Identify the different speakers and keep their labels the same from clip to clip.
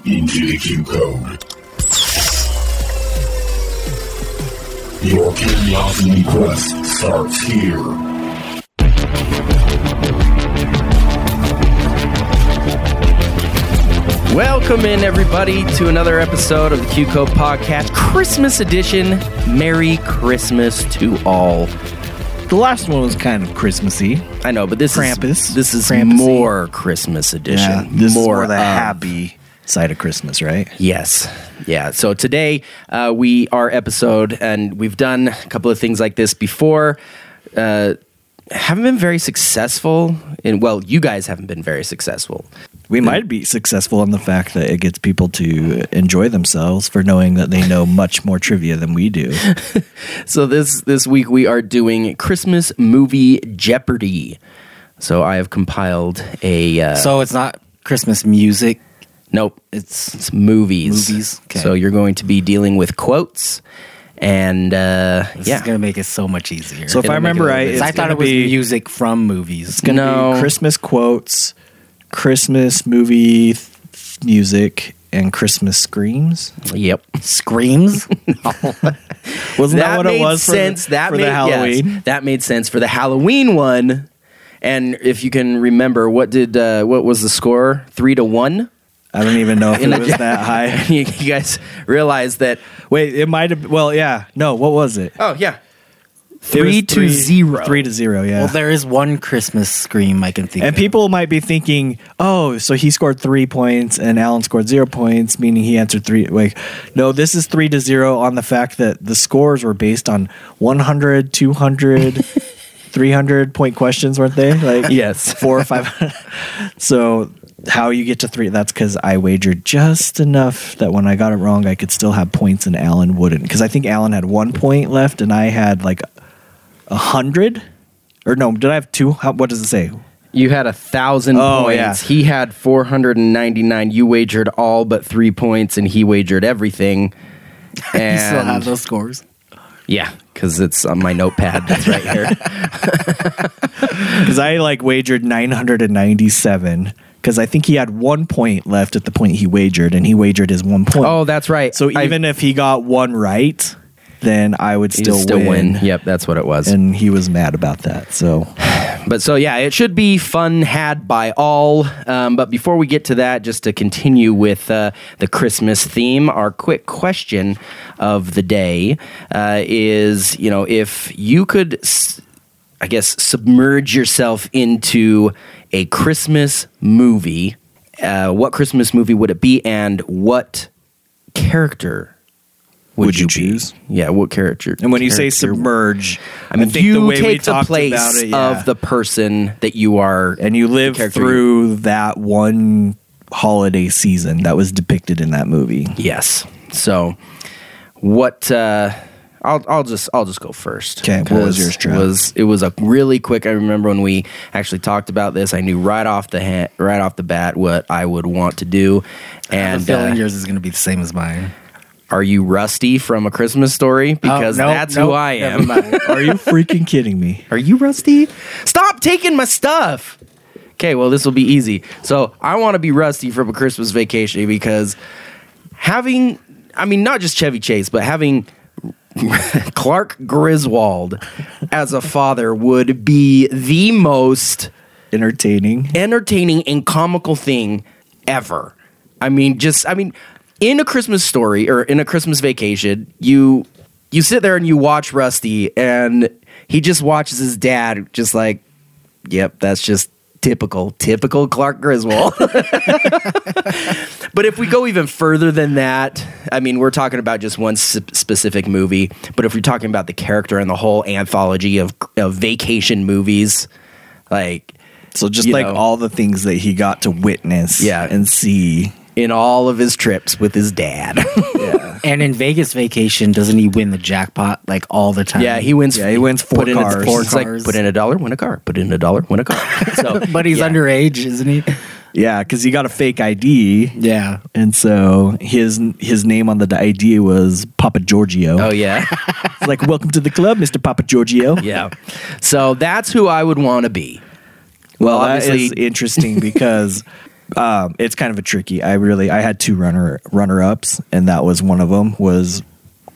Speaker 1: GDQ code. Your curiosity quest starts here.
Speaker 2: Welcome in, everybody, to another episode of the Q Code Podcast, Christmas edition. Merry Christmas to all.
Speaker 3: The last one was kind of Christmassy.
Speaker 2: I know, but this is
Speaker 3: Krampus.
Speaker 2: this is
Speaker 3: Krampusy.
Speaker 2: more Christmas edition.
Speaker 3: this
Speaker 2: more
Speaker 3: more is more the
Speaker 2: of-
Speaker 3: happy side of Christmas, right?
Speaker 2: Yes. Yeah. So today uh, we our episode, and we've done a couple of things like this before. Uh, haven't been very successful, and well, you guys haven't been very successful.
Speaker 3: We might be successful on the fact that it gets people to enjoy themselves for knowing that they know much more trivia than we do.
Speaker 2: So this this week we are doing Christmas movie Jeopardy. So I have compiled a uh,
Speaker 4: So it's not Christmas music.
Speaker 2: nope.
Speaker 4: It's
Speaker 2: It's movies.
Speaker 4: Movies, okay.
Speaker 2: So you're going to be dealing with quotes, and uh,
Speaker 4: this
Speaker 2: yeah,
Speaker 4: is gonna make it so much easier.
Speaker 3: So if I
Speaker 2: It'll make it
Speaker 3: remember
Speaker 2: a
Speaker 3: right,
Speaker 2: little
Speaker 3: it's
Speaker 4: I thought
Speaker 3: gonna
Speaker 4: it was
Speaker 3: be,
Speaker 4: music from movies.
Speaker 3: it's gonna
Speaker 2: No.
Speaker 3: be Christmas quotes, Christmas movie th- music, and Christmas screams.
Speaker 2: yep.
Speaker 4: Screams.
Speaker 3: Wasn't that,
Speaker 2: that
Speaker 3: what
Speaker 2: made
Speaker 3: it was
Speaker 2: sense.
Speaker 3: for the,
Speaker 2: that
Speaker 3: for
Speaker 2: made,
Speaker 3: the
Speaker 2: Halloween.
Speaker 3: Halloween?
Speaker 2: that made sense for the Halloween one. And if you can remember, what did uh, what was the score? Three to one.
Speaker 3: I don't even know if it was that high.
Speaker 2: you guys realize that?
Speaker 3: Wait, it might have. Well, yeah. No, what was it?
Speaker 2: Oh yeah,
Speaker 3: It was
Speaker 2: three to zero.
Speaker 3: Three to zero. Yeah.
Speaker 4: Well, there is one Christmas scream I can think.
Speaker 3: And
Speaker 4: of.
Speaker 3: people might be thinking, oh, so he scored three points and Allen scored zero points, meaning he answered three. Like, no, this is three to zero on the fact that the scores were based on 100, 200, 300 point questions, weren't they? Like,
Speaker 2: Yes.
Speaker 3: four or five. so, how you get to three, that's because I wagered just enough that when I got it wrong, I could still have points and Allen wouldn't. Because I think Allen had one point left and I had like a hundred. Or no, did I have two? How, what does it say?
Speaker 2: You had a thousand
Speaker 3: Oh,
Speaker 2: points.
Speaker 3: yeah.
Speaker 2: He had four hundred and ninety nine. You wagered all but three points, and he wagered everything.
Speaker 4: you still have
Speaker 2: And
Speaker 4: those scores.
Speaker 2: yeah, because it's on my notepad that's right here.
Speaker 3: Because I like wagered 997 because I think he had one point left at the point he wagered, and he wagered his one point.
Speaker 2: Oh, that's right.
Speaker 3: so
Speaker 2: I-
Speaker 3: even if he got one right, then I would
Speaker 2: you
Speaker 3: still, win.
Speaker 2: Yep, that's what it was.
Speaker 3: And he was mad about that. So
Speaker 2: But so yeah, it should be fun had by all. Um, but before we get to that, just to continue with uh, the Christmas theme, our quick question of the day uh, is: you know, if you could, s- I guess, submerge yourself into a Christmas movie, uh, what Christmas movie would it be, and what character? Would,
Speaker 3: Would you
Speaker 2: be?
Speaker 3: choose?
Speaker 2: Yeah, what character?
Speaker 3: and when you say
Speaker 2: character
Speaker 3: submerge,
Speaker 2: I mean,
Speaker 3: think
Speaker 2: you
Speaker 3: the way
Speaker 2: take
Speaker 3: we
Speaker 2: the
Speaker 3: talked
Speaker 2: place
Speaker 3: about it, yeah.
Speaker 2: of the person that you are,
Speaker 3: and you live
Speaker 2: character-
Speaker 3: through that one holiday season that was depicted in that movie.
Speaker 2: yes. So, what? Uh, I'll I'll just I'll just go first.
Speaker 3: 'Kay, what was
Speaker 2: 'cause
Speaker 3: yours, Trav?
Speaker 2: it Was it was a really quick. I remember when we actually talked about this. I knew right off the ha- right off the bat what I would want to do.
Speaker 4: And
Speaker 2: And
Speaker 4: feeling
Speaker 2: uh,
Speaker 4: yours is gonna be the same as mine.
Speaker 2: are you Rusty from A Christmas Story? Because
Speaker 4: Oh, nope,
Speaker 2: that's who
Speaker 4: nope,
Speaker 2: I
Speaker 4: never
Speaker 2: am.
Speaker 4: mind.
Speaker 3: Are you freaking kidding me?
Speaker 2: Are you rusty? Stop taking my stuff. Okay, well, this will be easy. So I want to be rusty from a Christmas vacation because having, I mean, not just Chevy Chase, but having Clark Griswold as a father would be the most
Speaker 3: Entertaining.
Speaker 2: entertaining and comical thing ever. I mean, just I mean, in a Christmas story or in a Christmas vacation, you you sit there and you watch Rusty, and he just watches his dad, just like, yep, that's just typical, typical Clark Griswold. But if we go even further than that, I mean, we're talking about just one s- specific movie. But if you're talking about the character and the whole anthology of, of vacation movies, like
Speaker 3: So just
Speaker 2: you
Speaker 3: like
Speaker 2: know.
Speaker 3: all the things that he got to witness
Speaker 2: Yeah.
Speaker 3: and see.
Speaker 2: in all of his trips with his dad.
Speaker 4: And in Vegas vacation, doesn't he win the jackpot like all the time?
Speaker 2: yeah, he wins.
Speaker 3: Yeah, he wins four
Speaker 2: put in a-
Speaker 3: cars.
Speaker 4: Four
Speaker 2: it's like,
Speaker 4: cars.
Speaker 2: put in a dollar, win a car. Put in a dollar, win a car. So,
Speaker 4: But he's
Speaker 2: yeah.
Speaker 4: underage, isn't he?
Speaker 3: Yeah, cuz he got a fake ID.
Speaker 4: Yeah.
Speaker 3: And so his his name on the ID was Papa Giorgio.
Speaker 2: Oh yeah,
Speaker 3: It's like welcome to the club, Mr. Papa Giorgio.
Speaker 2: yeah. So that's who I would want to be.
Speaker 3: Well, that
Speaker 2: Obviously-
Speaker 3: is interesting because um, it's kind of a tricky. I really I had two runner runner ups, and that was one of them was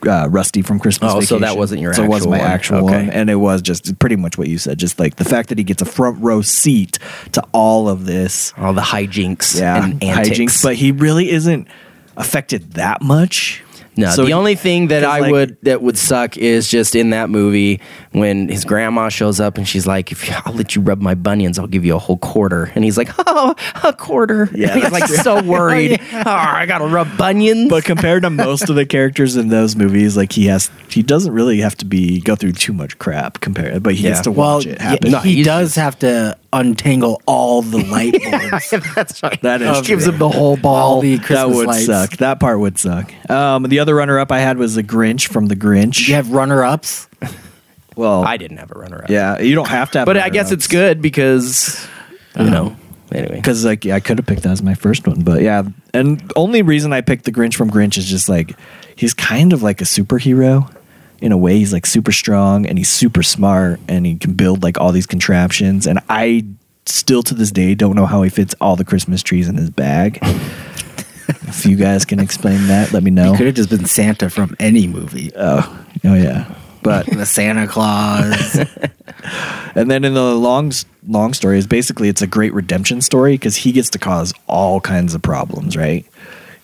Speaker 3: uh, Rusty from Christmas.
Speaker 2: Oh, so that
Speaker 3: Vacation.
Speaker 2: wasn't your
Speaker 3: so it wasn't my
Speaker 2: actual one.
Speaker 3: actual
Speaker 2: Okay.
Speaker 3: one, and it was just pretty much what you said. Just like the fact that he gets a front row seat to all of this
Speaker 2: All the hijinks
Speaker 3: yeah,
Speaker 2: and antics.
Speaker 3: hijinks, but he really isn't affected that much.
Speaker 2: No,
Speaker 3: So
Speaker 2: the
Speaker 3: he-
Speaker 2: only thing that
Speaker 3: 'cause,
Speaker 2: I
Speaker 3: like-
Speaker 2: would that would suck is just in that movie when his grandma shows up and she's like, "If I'll let you rub my bunions, I'll give you a whole quarter," and he's like, "Oh, a quarter!"
Speaker 3: Yeah,
Speaker 2: and he's
Speaker 3: that's
Speaker 2: like so worried. oh, I gotta rub bunions.
Speaker 3: but compared to most of the characters in those movies, like he has, he doesn't really have to be go through too much crap compared, but he
Speaker 2: Yeah.
Speaker 3: gets to
Speaker 4: Well,
Speaker 3: watch it
Speaker 4: yeah,
Speaker 3: happen.
Speaker 2: No,
Speaker 4: he
Speaker 2: he's-
Speaker 4: does have to untangle all the light bulbs.
Speaker 2: that's right.
Speaker 3: That is
Speaker 2: She gives
Speaker 3: true.
Speaker 2: him the whole
Speaker 4: all
Speaker 2: ball.
Speaker 4: the
Speaker 3: that
Speaker 4: Christmas
Speaker 3: would
Speaker 4: lights.
Speaker 3: suck. That part would suck. Um, the other runner-up I had was the Grinch from the Grinch.
Speaker 4: You have runner-ups.
Speaker 3: Well,
Speaker 2: I didn't have a runner up.
Speaker 3: yeah, you don't have to. Have
Speaker 2: but I guess it's good because um, you know. Anyway,
Speaker 3: because like yeah, I could have picked that as my first one, but yeah. And the only reason I picked the Grinch from Grinch is just like he's kind of like a superhero in a way. He's like super strong and he's super smart and he can build like all these contraptions. And I still to this day don't know how he fits all the Christmas trees in his bag. if you guys can explain that, let me know.
Speaker 4: Could have just been Santa from any movie.
Speaker 3: Oh yeah, but
Speaker 4: the Santa Claus.
Speaker 3: And then in the long long story is basically it's a great redemption story because he gets to cause all kinds of problems, right?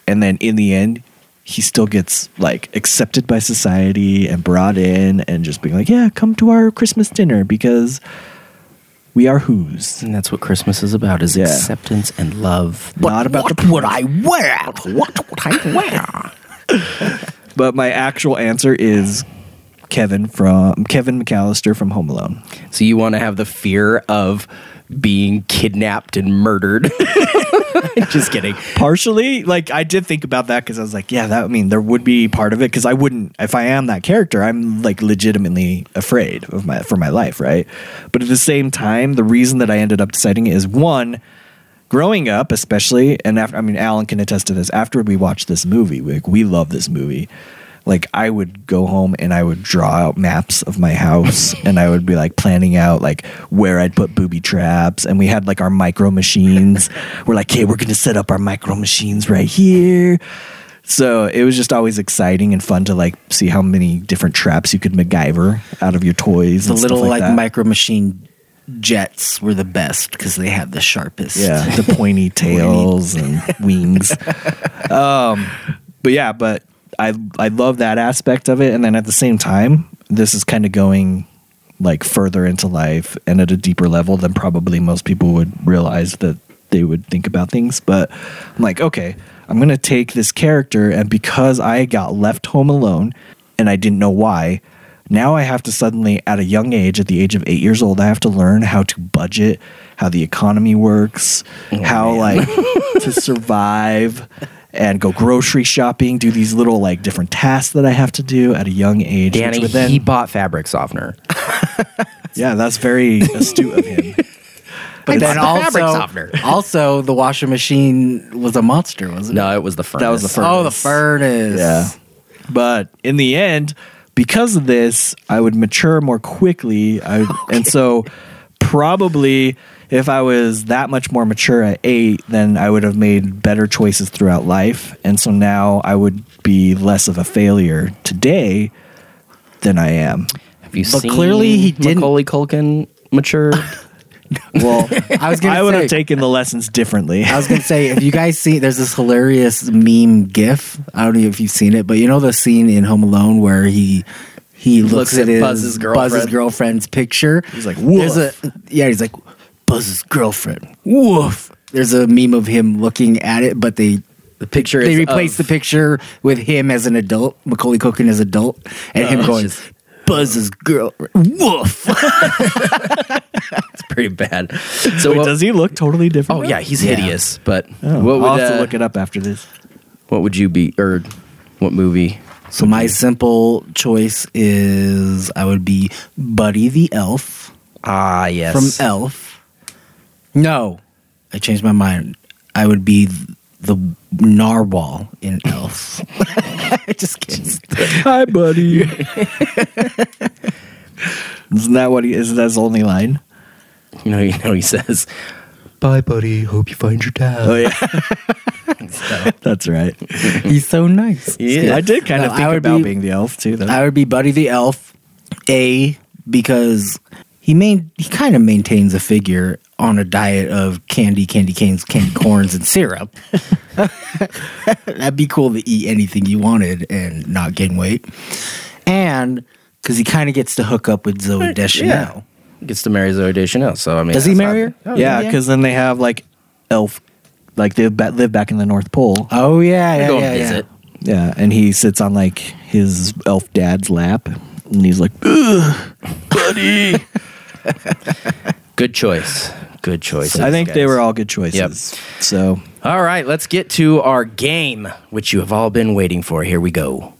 Speaker 3: And then in the end, he still gets like accepted by society and brought in and just being like, "Yeah, come to our Christmas dinner because we are who's."
Speaker 2: and that's what Christmas is about: is
Speaker 3: Yeah.
Speaker 2: acceptance and love.
Speaker 3: Not about
Speaker 4: what
Speaker 3: the
Speaker 4: would I wear? What would I wear?
Speaker 3: But my actual answer is Kevin from Kevin McAllister from Home Alone.
Speaker 2: So you want to have the fear of being kidnapped and murdered. Just kidding.
Speaker 3: partially like i did think about that because i was like yeah that i mean there would be part of it because i wouldn't if i am that character i'm like legitimately afraid of my for my life right but at the same time the reason that i ended up deciding it is one growing up especially and after i mean alan can attest to this after we watched this movie like we love this movie like i would go home and i would draw out maps of my house and i would be like planning out like where i'd put booby traps and we had like our micro machines we're like hey we're gonna set up our micro machines right here so it was just always exciting and fun to like see how many different traps you could MacGyver out of your toys.
Speaker 4: The
Speaker 3: and stuff
Speaker 4: little like,
Speaker 3: that.
Speaker 4: micro machine jets were the best because they had the sharpest.
Speaker 3: Yeah, the pointy tails and wings. Um, but yeah, but I I love that aspect of it, and then at the same time, this is kind of going like further into life and at a deeper level than probably most people would realize that they would think about things. But I'm like, okay, I'm gonna take this character, and because I got left home alone and I didn't know why. Now I have to suddenly, at a young age, at the age of eight years old, I have to learn how to budget, how the economy works, how like to survive and go grocery shopping, do these little like different tasks that I have to do at a young age. which
Speaker 2: Danny,
Speaker 3: would then-
Speaker 2: he bought fabric softener.
Speaker 3: yeah, that's very astute of him.
Speaker 4: But then
Speaker 2: bought the fabric
Speaker 4: also,
Speaker 2: softener.
Speaker 4: also the washing machine was a monster, wasn't it?
Speaker 2: No, it was the furnace.
Speaker 3: That was the furnace.
Speaker 4: Oh, the furnace.
Speaker 3: Yeah. But in the end, because of this, I would mature more quickly. I, And so, probably if I was that much more mature at eight, then I would have made better choices throughout life. And so now I would be less of a failure today than I am.
Speaker 2: Have you
Speaker 4: But
Speaker 2: seen
Speaker 4: clearly he didn't-
Speaker 2: Macaulay Culkin mature?
Speaker 3: Well,
Speaker 4: I was gonna
Speaker 3: I would
Speaker 4: say-
Speaker 3: have taken the lessons differently.
Speaker 4: I was gonna say, if you guys see, there's this hilarious meme GIF. I don't know if you've seen it, but you know the scene in Home Alone where he he looks,
Speaker 2: Looks
Speaker 4: at,
Speaker 2: at
Speaker 4: his
Speaker 2: Buzz's
Speaker 4: Buzz's
Speaker 2: girlfriend.
Speaker 4: girlfriend's picture.
Speaker 3: He's like,
Speaker 4: There's a, yeah, he's like Buzz's girlfriend. Woof. There's a meme of him looking at it, but they
Speaker 2: the picture
Speaker 4: they
Speaker 2: is
Speaker 4: replaced the
Speaker 2: of-
Speaker 4: picture with him as an adult, Macaulay Culkin as adult, and
Speaker 2: Oh,
Speaker 4: him going. Buzz's girl, woof.
Speaker 2: It's pretty bad. So
Speaker 3: Wait,
Speaker 2: what-
Speaker 3: does he look totally different?
Speaker 2: Oh yeah, he's
Speaker 4: Yeah.
Speaker 2: hideous. But
Speaker 3: Oh,
Speaker 2: what would
Speaker 3: I'll have
Speaker 2: uh,
Speaker 3: to look it up after this.
Speaker 2: what would you be or what movie?
Speaker 4: So my simple choice is I would be Buddy the Elf.
Speaker 2: Ah yes,
Speaker 4: from Elf. No, I changed my mind. I would be the narwhal in Elf. Just kidding.
Speaker 3: Hi, buddy. Isn't that what he is? That's his only line.
Speaker 2: you know you know he says.
Speaker 4: Bye, buddy. Hope you find your dad.
Speaker 3: Oh yeah, that's right.
Speaker 4: He's so nice.
Speaker 3: I did kind
Speaker 4: No,
Speaker 3: of think
Speaker 4: I would
Speaker 3: about
Speaker 4: be-
Speaker 3: being the elf too. Though.
Speaker 4: I would be Buddy the Elf, a because he main he kind of maintains a figure on a diet of candy, candy canes, candy corns, and syrup. That'd be cool to eat anything you wanted and not gain weight, and because he kind of gets to hook up with Zoe Deschanel.
Speaker 2: Gets to marry Zoe Deschanel. So I mean,
Speaker 4: Does he
Speaker 2: that's
Speaker 4: marry
Speaker 2: not-
Speaker 4: her?
Speaker 2: Oh,
Speaker 3: yeah, because then they have like elf, like they ba- live back in the North Pole.
Speaker 4: Oh yeah,
Speaker 2: Go and
Speaker 4: yeah, yeah, yeah.
Speaker 2: visit.
Speaker 3: Yeah, and he sits on like his elf dad's lap, and he's like, "Ugh, buddy."
Speaker 2: Good choice. Good choice.
Speaker 3: I think they
Speaker 2: guys.
Speaker 3: were all good choices. So
Speaker 2: All right, let's get to our game, which you have all been waiting for. Here we go.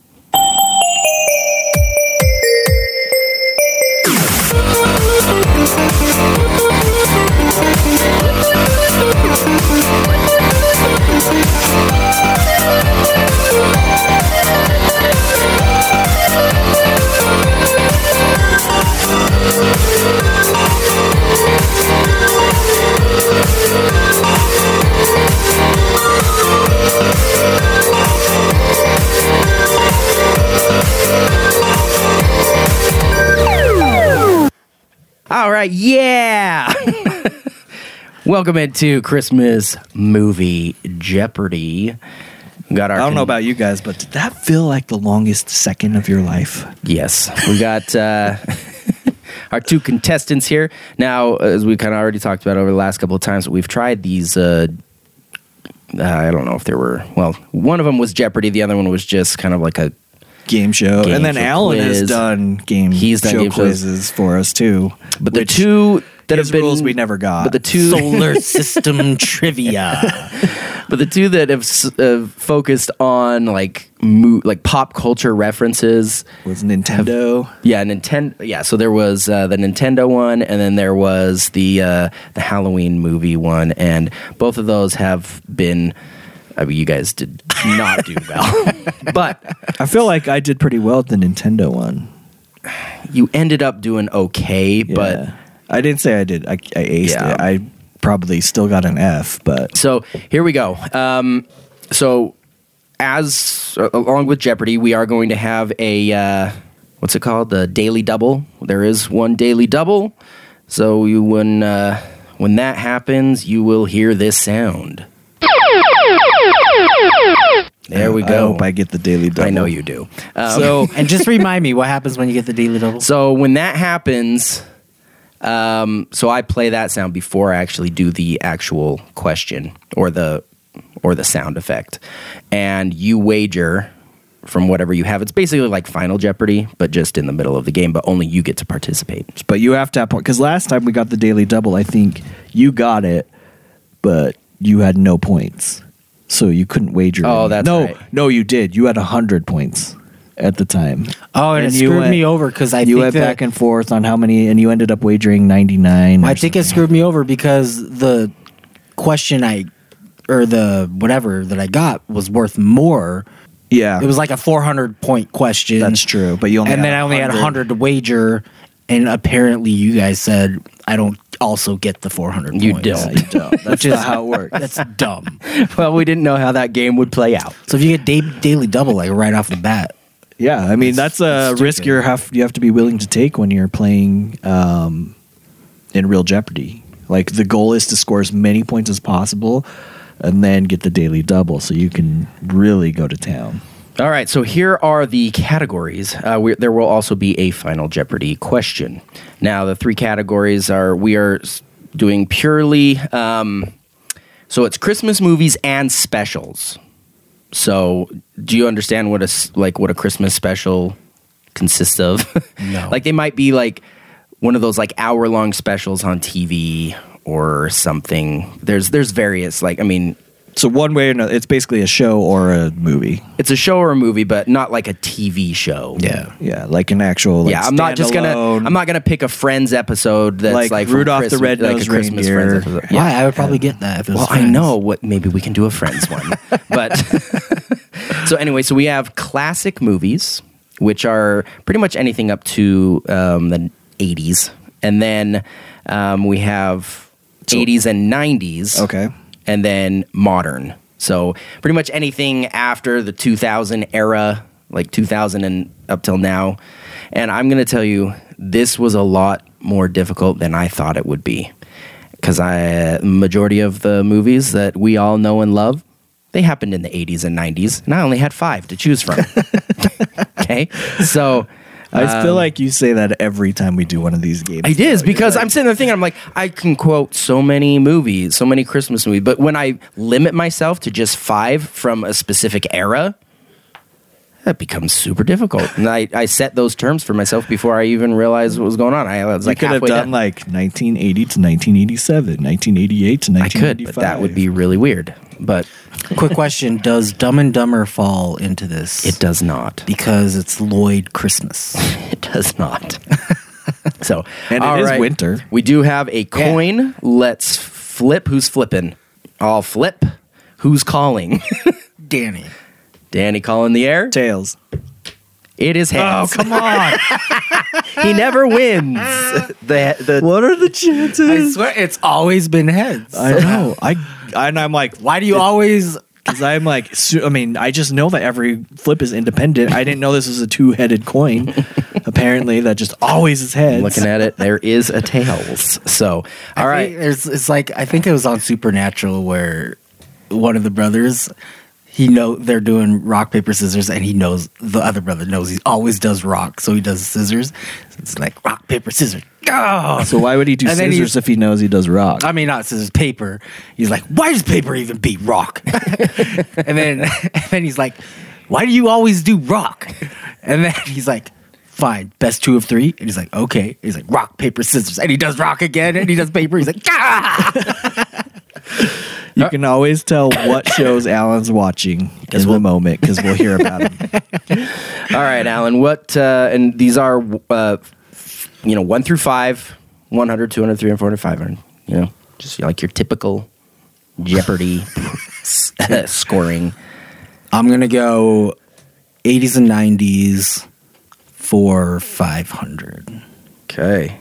Speaker 2: All right, yeah. Welcome into Christmas movie Jeopardy. We got our.
Speaker 3: I don't know about you guys, but did that feel like the longest second of your life?
Speaker 2: Yes, we got uh, our two contestants here. Now, as we kind of already talked about over the last couple of times, we've tried these. Uh, uh, I don't know if there were. Well, one of them was Jeopardy. The other one was just kind of like a.
Speaker 3: Game show,
Speaker 2: Game
Speaker 3: and then
Speaker 2: show
Speaker 3: Alan has
Speaker 2: quiz.
Speaker 3: done game
Speaker 2: He's done
Speaker 3: show
Speaker 2: game shows.
Speaker 3: quizzes for us too.
Speaker 2: But the
Speaker 3: which
Speaker 2: two that
Speaker 3: his
Speaker 2: have been
Speaker 3: rules we never got.
Speaker 2: But the two
Speaker 4: Solar system trivia.
Speaker 2: But the two that have s- uh, focused on like mo- like pop culture references,
Speaker 3: was Nintendo.
Speaker 2: yeah, Nintendo. Yeah, so there was uh, the Nintendo one, and then there was the uh, the Halloween movie one, and both of those have been. I mean, you guys did not do well, but
Speaker 3: I feel like I did pretty well at the Nintendo one.
Speaker 2: you ended up doing okay. But
Speaker 3: Yeah. I didn't say I did. I, I aced
Speaker 2: Yeah.
Speaker 3: it. I probably still got an F, but
Speaker 2: So here we go. Um, so as uh, along with Jeopardy, we are going to have a uh, what's it called? The daily double. There is one daily double. So you, when uh, when that happens, you will hear this sound. There we
Speaker 3: I
Speaker 2: go.
Speaker 3: hope I get the daily. Double.
Speaker 2: I know you do. Um,
Speaker 4: so, and just remind me what happens when you get the daily double.
Speaker 2: so when that happens, um, so I play that sound before I actually do the actual question or the or the sound effect, and you wager from whatever you have. It's basically like Final Jeopardy, but just in the middle of the game. But only you get to participate.
Speaker 3: but you have to have points because last time we got the daily double. I think you got it, but you had no points, so you couldn't wager.
Speaker 2: Oh,
Speaker 3: any.
Speaker 2: that's
Speaker 3: no,
Speaker 2: right.
Speaker 3: no, you did. You had hundred points at the time.
Speaker 4: Oh, and,
Speaker 3: And
Speaker 4: it
Speaker 3: you
Speaker 4: screwed
Speaker 3: went-
Speaker 4: me over because I
Speaker 3: you
Speaker 4: think
Speaker 3: went
Speaker 4: that-
Speaker 3: back and forth on how many, and you ended up wagering ninety nine.
Speaker 4: I think it screwed me over because the question I or the whatever that I got was worth more.
Speaker 3: yeah,
Speaker 4: It was like a 400 point question.
Speaker 3: that's true. But you only
Speaker 4: and
Speaker 3: had
Speaker 4: then I only had
Speaker 3: 100.
Speaker 4: 100 to wager and apparently you guys said I don't also get the 400
Speaker 2: You
Speaker 4: points.
Speaker 2: don't.
Speaker 3: You don't. That's not how it works.
Speaker 4: That's dumb.
Speaker 2: well, we didn't know how that game would play out.
Speaker 4: So if you get da- daily double like right off the bat.
Speaker 3: Yeah, I mean that's, a risk you have you have to be willing to take when you're playing um, in real Jeopardy. Like the goal is to score as many points as possible, and then get the daily double, so you can really go to town.
Speaker 2: All right, so here are the categories. Uh, we, there will also be a final Jeopardy question. Now, the three categories are we are s- doing purely, um, so it's Christmas movies and specials. So, do you understand what a s- like what a Christmas special consists of?
Speaker 4: No.
Speaker 2: like they might be like one of those like hour long specials on TV or something. There's there's various like I mean
Speaker 3: So one way or another, it's basically a show or a movie.
Speaker 2: it's a show or a movie, but not like a TV show.
Speaker 3: Yeah, like an actual. Like,
Speaker 2: yeah, I'm not just gonna.
Speaker 3: standalone,
Speaker 2: I'm not gonna pick a Friends episode that's
Speaker 3: Like
Speaker 2: like, from
Speaker 3: Rudolph the
Speaker 2: Christmas-
Speaker 3: Red-Nosed
Speaker 2: like a Christmas
Speaker 3: Reindeer.
Speaker 2: Friends episode. Yeah.
Speaker 4: Why? I would probably get that if it was
Speaker 2: Well, I
Speaker 4: friends.
Speaker 2: know what. Maybe we can do a Friends one. but so anyway, so we have classic movies, which are pretty much anything up to um, the 80s, and then um, we have 80s and 90s.
Speaker 3: Okay.
Speaker 2: And then modern. So pretty much anything after the 2000 era, like 2000 and up till now. And I'm going to tell you, this was a lot more difficult than I thought it would be. Because I majority of the movies that we all know and love, they happened in the 80s and 90s, and I only had five to choose from. okay, so um,
Speaker 3: I feel like you say that every time we do one of these games.
Speaker 2: it is because I'm sitting there thinking, I'm like, I can quote so many movies, so many Christmas movies, but when I limit myself to just five from a specific era, that becomes super difficult. And I, I set those terms for myself before I even realized what was going on. I was
Speaker 3: You
Speaker 2: like,
Speaker 3: could have
Speaker 2: halfway
Speaker 3: done
Speaker 2: done.
Speaker 3: like 1980 to 1987, 1988 to
Speaker 2: I could,
Speaker 3: 1985.
Speaker 2: but that would be really weird. But
Speaker 4: Quick question: Does Dumb and Dumber fall into this?
Speaker 2: it does not.
Speaker 4: because it's Lloyd Christmas.
Speaker 2: It does not. so,
Speaker 3: And it
Speaker 2: all
Speaker 3: is
Speaker 2: right.
Speaker 3: winter.
Speaker 2: We do have a coin. Let's flip. Who's flipping? I'll flip. Who's calling?
Speaker 4: Danny,
Speaker 2: Danny calling the air.
Speaker 3: Tails.
Speaker 2: It is hands.
Speaker 3: Oh, come on.
Speaker 2: he never wins. the the
Speaker 3: what are the chances?
Speaker 4: I swear it's always been heads.
Speaker 3: I know. I and I'm like,
Speaker 4: Why do you always?
Speaker 3: because I'm like, su- I mean, I just know that every flip is independent. I didn't know this was a two headed coin. Apparently, that just always is heads.
Speaker 2: looking at it, there is a tails. So, all
Speaker 4: I
Speaker 2: right.
Speaker 4: think there's- it's like I think it was on Supernatural where one of the brothers. He know they're doing rock paper scissors, and he knows the other brother knows he always does rock, so he does scissors. It's like rock paper scissors. Go!
Speaker 3: so why would he do
Speaker 4: And then he-
Speaker 3: scissors if he knows he does rock?
Speaker 4: I mean, not scissors, paper. He's like, why does paper even beat rock? and then, and then he's like, why do you always do rock? And then he's like, fine, best two of three. And he's like, okay. He's like, rock, paper, scissors. And he does rock again, and he does paper. He's like, ah!
Speaker 3: You can always tell what shows Alan's watching in the moment because we'll hear about him.
Speaker 2: All right, Alan. What? Uh, and these are, uh, you know, one through five, 100, 200, 300, 400, 500. You know, just like your typical Jeopardy s- scoring.
Speaker 4: I'm gonna go 80s and 90s for 500.
Speaker 2: Okay.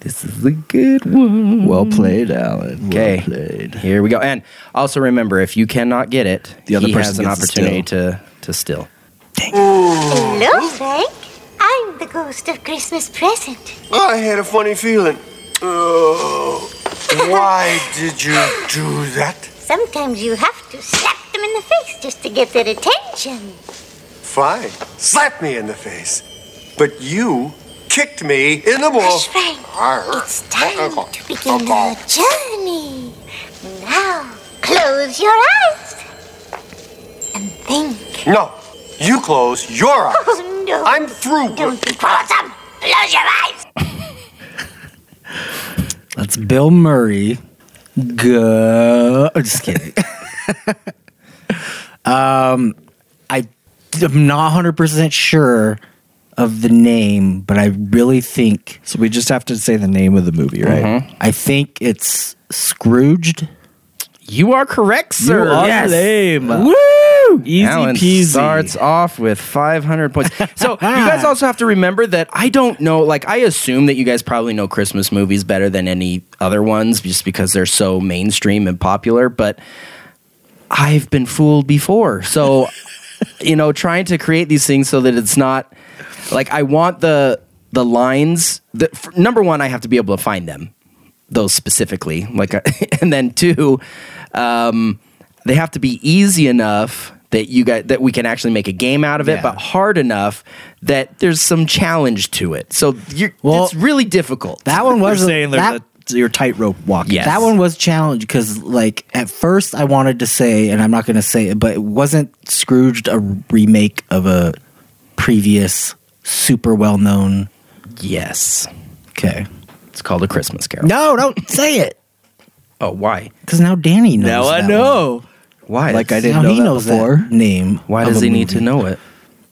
Speaker 2: This is a good one.
Speaker 3: Well played, Alan.
Speaker 2: Okay.
Speaker 3: Well played.
Speaker 2: Here we go. And also remember, if you cannot get it,
Speaker 3: The other
Speaker 2: he
Speaker 3: person
Speaker 2: has an
Speaker 3: gets to
Speaker 2: opportunity to to steal.
Speaker 5: Hello, Frank. I'm the ghost of Christmas present.
Speaker 6: Oh, I had a funny feeling. Oh, why did you do that?
Speaker 5: Sometimes you have to slap them in the face just to get their attention.
Speaker 6: Fine. Slap me in the face. But you kicked me in the ball.
Speaker 5: Hush, Frank. It's time to begin our journey. Now, close your eyes and think.
Speaker 6: No. You close your eyes.
Speaker 5: Oh, no.
Speaker 6: I'm through.
Speaker 5: Don't be awesome. Close your eyes.
Speaker 4: That's Bill Murray. Go. I'm just kidding. um, I am not 100% sure of the name, but I really think
Speaker 3: So we just have to say the name of the movie, right?
Speaker 4: I think it's Scrooged.
Speaker 2: You are correct, sir.
Speaker 3: You are
Speaker 4: Yes.
Speaker 3: lame.
Speaker 2: Woo!
Speaker 3: Easy
Speaker 2: Alan
Speaker 3: peasy.
Speaker 2: starts off with 500 points. So you guys also have to remember that I don't know. Like I assume that you guys probably know Christmas movies better than any other ones, just because they're so mainstream and popular. But I've been fooled before, so you know, trying to create these things so that it's not like I want the the lines. That, f- number one, I have to be able to find them those specifically. Like, and then two, um, they have to be easy enough that you got that we can actually make a game out of it, but hard enough that there's some challenge to it. So you're,
Speaker 4: Well,
Speaker 2: it's really difficult.
Speaker 4: That one
Speaker 3: You're
Speaker 4: was
Speaker 3: saying there's
Speaker 4: that,
Speaker 3: a, your tightrope walking.
Speaker 2: Yes.
Speaker 4: that one was challenged because, like, at first I wanted to say, and I'm not going to say it, but it wasn't Scrooged a remake of a previous super well known.
Speaker 2: yes,
Speaker 4: Okay.
Speaker 2: it's called a Christmas Carol.
Speaker 4: No, don't say it.
Speaker 2: Oh, why?
Speaker 4: Because now Danny knows.
Speaker 3: Now I
Speaker 4: that one.
Speaker 3: know.
Speaker 2: Why?
Speaker 3: Like I
Speaker 2: It's-
Speaker 3: didn't
Speaker 4: Now
Speaker 3: know
Speaker 4: he
Speaker 3: that
Speaker 4: knows
Speaker 3: before.
Speaker 4: that name.
Speaker 2: Why does he need to know it?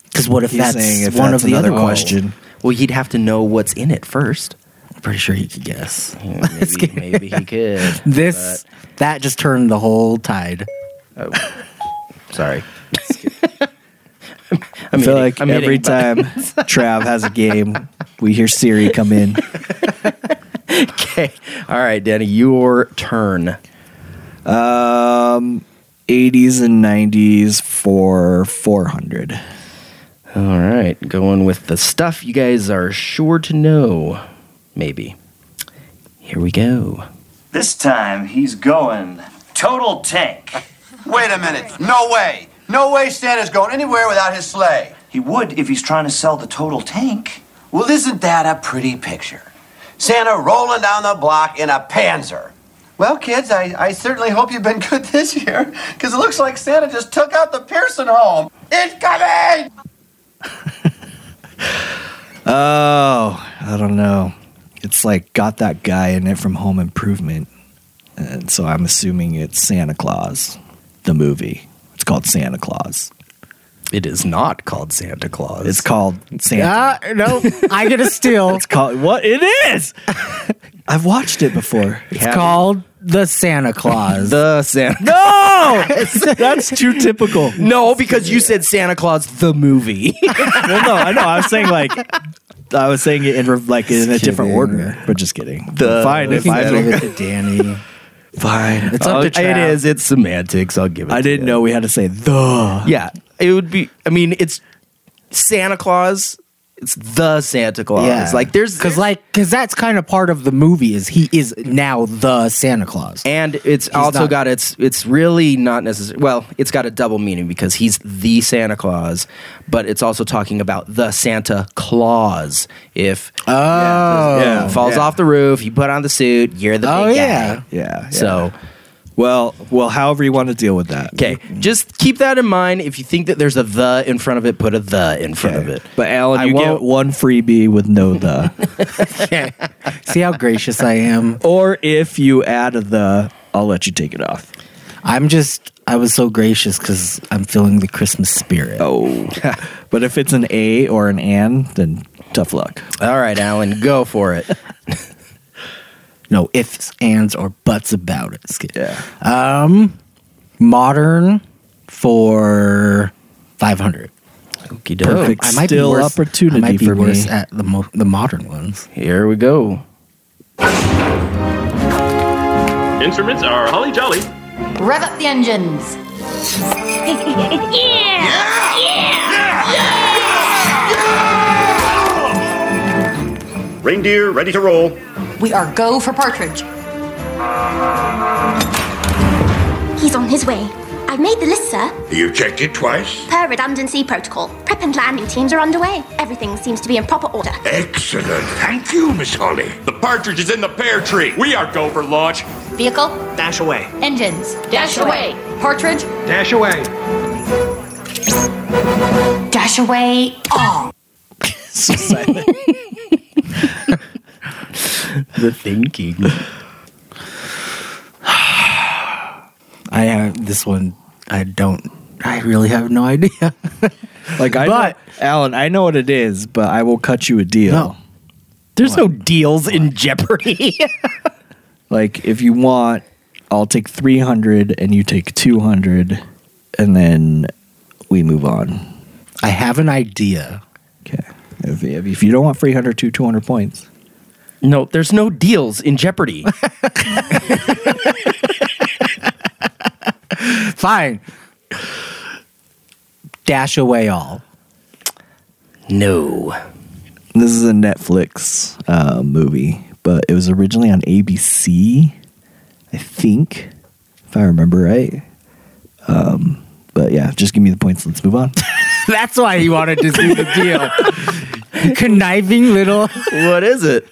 Speaker 4: Because what if
Speaker 3: He's
Speaker 4: that's
Speaker 3: saying if
Speaker 4: one
Speaker 3: that's
Speaker 4: of the
Speaker 3: another
Speaker 4: other
Speaker 3: question.
Speaker 2: Well, he'd have to know what's in it first.
Speaker 4: I'm pretty sure he could guess.
Speaker 2: Maybe, maybe he could.
Speaker 4: This that just turned the whole tide.
Speaker 2: Sorry.
Speaker 3: I feel
Speaker 2: eating-
Speaker 3: like
Speaker 2: I'm
Speaker 3: every
Speaker 2: eating, but-
Speaker 3: time Trav has a game, we hear Siri come in.
Speaker 2: Okay. All right, Danny, your turn.
Speaker 3: Um, 80s and 90s for 400.
Speaker 2: All right, going with the stuff you guys are sure to know. Maybe. Here we go.
Speaker 7: This time he's going total tank.
Speaker 6: Wait a minute. No way. No way Santa's going anywhere without his sleigh.
Speaker 7: He would if he's trying to sell the total tank.
Speaker 6: Well, isn't that a pretty picture? Santa rolling down the block in a panzer. Well, kids, I, I certainly hope you've been good this year, because it looks like Santa just took out the Pearson home. Incoming!
Speaker 3: Oh, I don't know. It's like got that guy in it from Home Improvement. And so I'm assuming it's Santa Claus, the movie. It's called Santa Claus.
Speaker 2: It is not called Santa Claus.
Speaker 3: It's called Santa.
Speaker 4: Ah, no, I get a steal.
Speaker 3: It's called what? It is. I've watched it before.
Speaker 4: It's called the Santa Claus.
Speaker 2: the Santa.
Speaker 3: No, that's too typical.
Speaker 2: No, because you said Santa Claus the movie.
Speaker 3: Well, no, I know. I was saying like, I was saying it in re- like in a different order, but just kidding. fine, if I
Speaker 4: Give
Speaker 3: don't-
Speaker 4: it to Danny.
Speaker 3: fine.
Speaker 4: It's up to
Speaker 2: it
Speaker 4: Trav.
Speaker 2: is. It's semantics. I'll give it.
Speaker 3: I
Speaker 2: to you.
Speaker 3: didn't know we had to say the.
Speaker 2: Yeah, it would be. I mean, it's Santa Claus. It's the Santa Claus.
Speaker 4: Yeah.
Speaker 2: Like there's
Speaker 4: Cause like, cause that's kind of part of the movie is he is now the Santa Claus.
Speaker 2: and it's also
Speaker 4: not-
Speaker 2: got its. It's really not necessary. Well, it's got a double meaning because he's the Santa Claus, but it's also talking about the Santa Claus. If oh,
Speaker 3: Yeah.
Speaker 2: falls off the roof, you put on the suit. You're the
Speaker 4: Oh,
Speaker 2: big
Speaker 4: yeah.
Speaker 2: guy.
Speaker 3: Yeah. yeah.
Speaker 2: So.
Speaker 3: well, well, however you want to deal with that.
Speaker 2: Okay, just keep that in mind. If you think that there's a the in front of it, put a the in front of it.
Speaker 3: But Alan,
Speaker 2: I
Speaker 3: you
Speaker 2: won't-
Speaker 3: get one freebie with no the.
Speaker 4: See how gracious I am.
Speaker 3: or if you add a the, I'll let you take it off.
Speaker 4: I'm just, I was so gracious cause I'm feeling the Christmas spirit.
Speaker 3: Oh. but if it's an A or an an, then tough luck.
Speaker 2: All right, Alan, go for it.
Speaker 4: No ifs, ands, or buts about it. Skip. Um,
Speaker 3: Yeah.
Speaker 4: Modern for 500.
Speaker 2: Okie
Speaker 3: Perfect. Oh, Still opportunity
Speaker 4: I might be
Speaker 3: for me.
Speaker 4: worse at the, mo- the modern ones.
Speaker 2: Here we go.
Speaker 8: Instruments are holly jolly.
Speaker 9: Rev up the engines.
Speaker 8: Reindeer ready to roll.
Speaker 9: We are go for partridge.
Speaker 5: He's on his way. I've made the list, sir.
Speaker 1: You checked it twice?
Speaker 5: Per redundancy protocol, prep and landing teams are underway. Everything seems to be in proper order.
Speaker 1: Excellent. Thank you, Miss Holly.
Speaker 8: The partridge is in the pear tree. We are go for launch.
Speaker 9: Vehicle,
Speaker 10: Dash away.
Speaker 9: engines. Dash, away. Partridge,
Speaker 10: Dash away.
Speaker 9: dash away. All.
Speaker 2: The thinking.
Speaker 4: I have this one. I don't. I really have no idea.
Speaker 3: Like I
Speaker 4: But-
Speaker 3: know, Alan, I know what it is, but I will cut you a deal.
Speaker 4: No.
Speaker 2: There's no deals in Jeopardy.
Speaker 3: Like if you want, I'll take 300 and you take 200 and then we move on.
Speaker 4: I have an idea.
Speaker 3: Okay. If, if, if you don't want 300 to 200 points.
Speaker 2: no, there's no deals in Jeopardy.
Speaker 4: Fine. Dash away all.
Speaker 2: no.
Speaker 3: This is a Netflix uh, movie, but it was originally on ABC, I think, if I remember right. Um, but yeah, just give me the points. Let's move on.
Speaker 4: That's why he wanted to do the deal. Conniving little.
Speaker 2: What is it?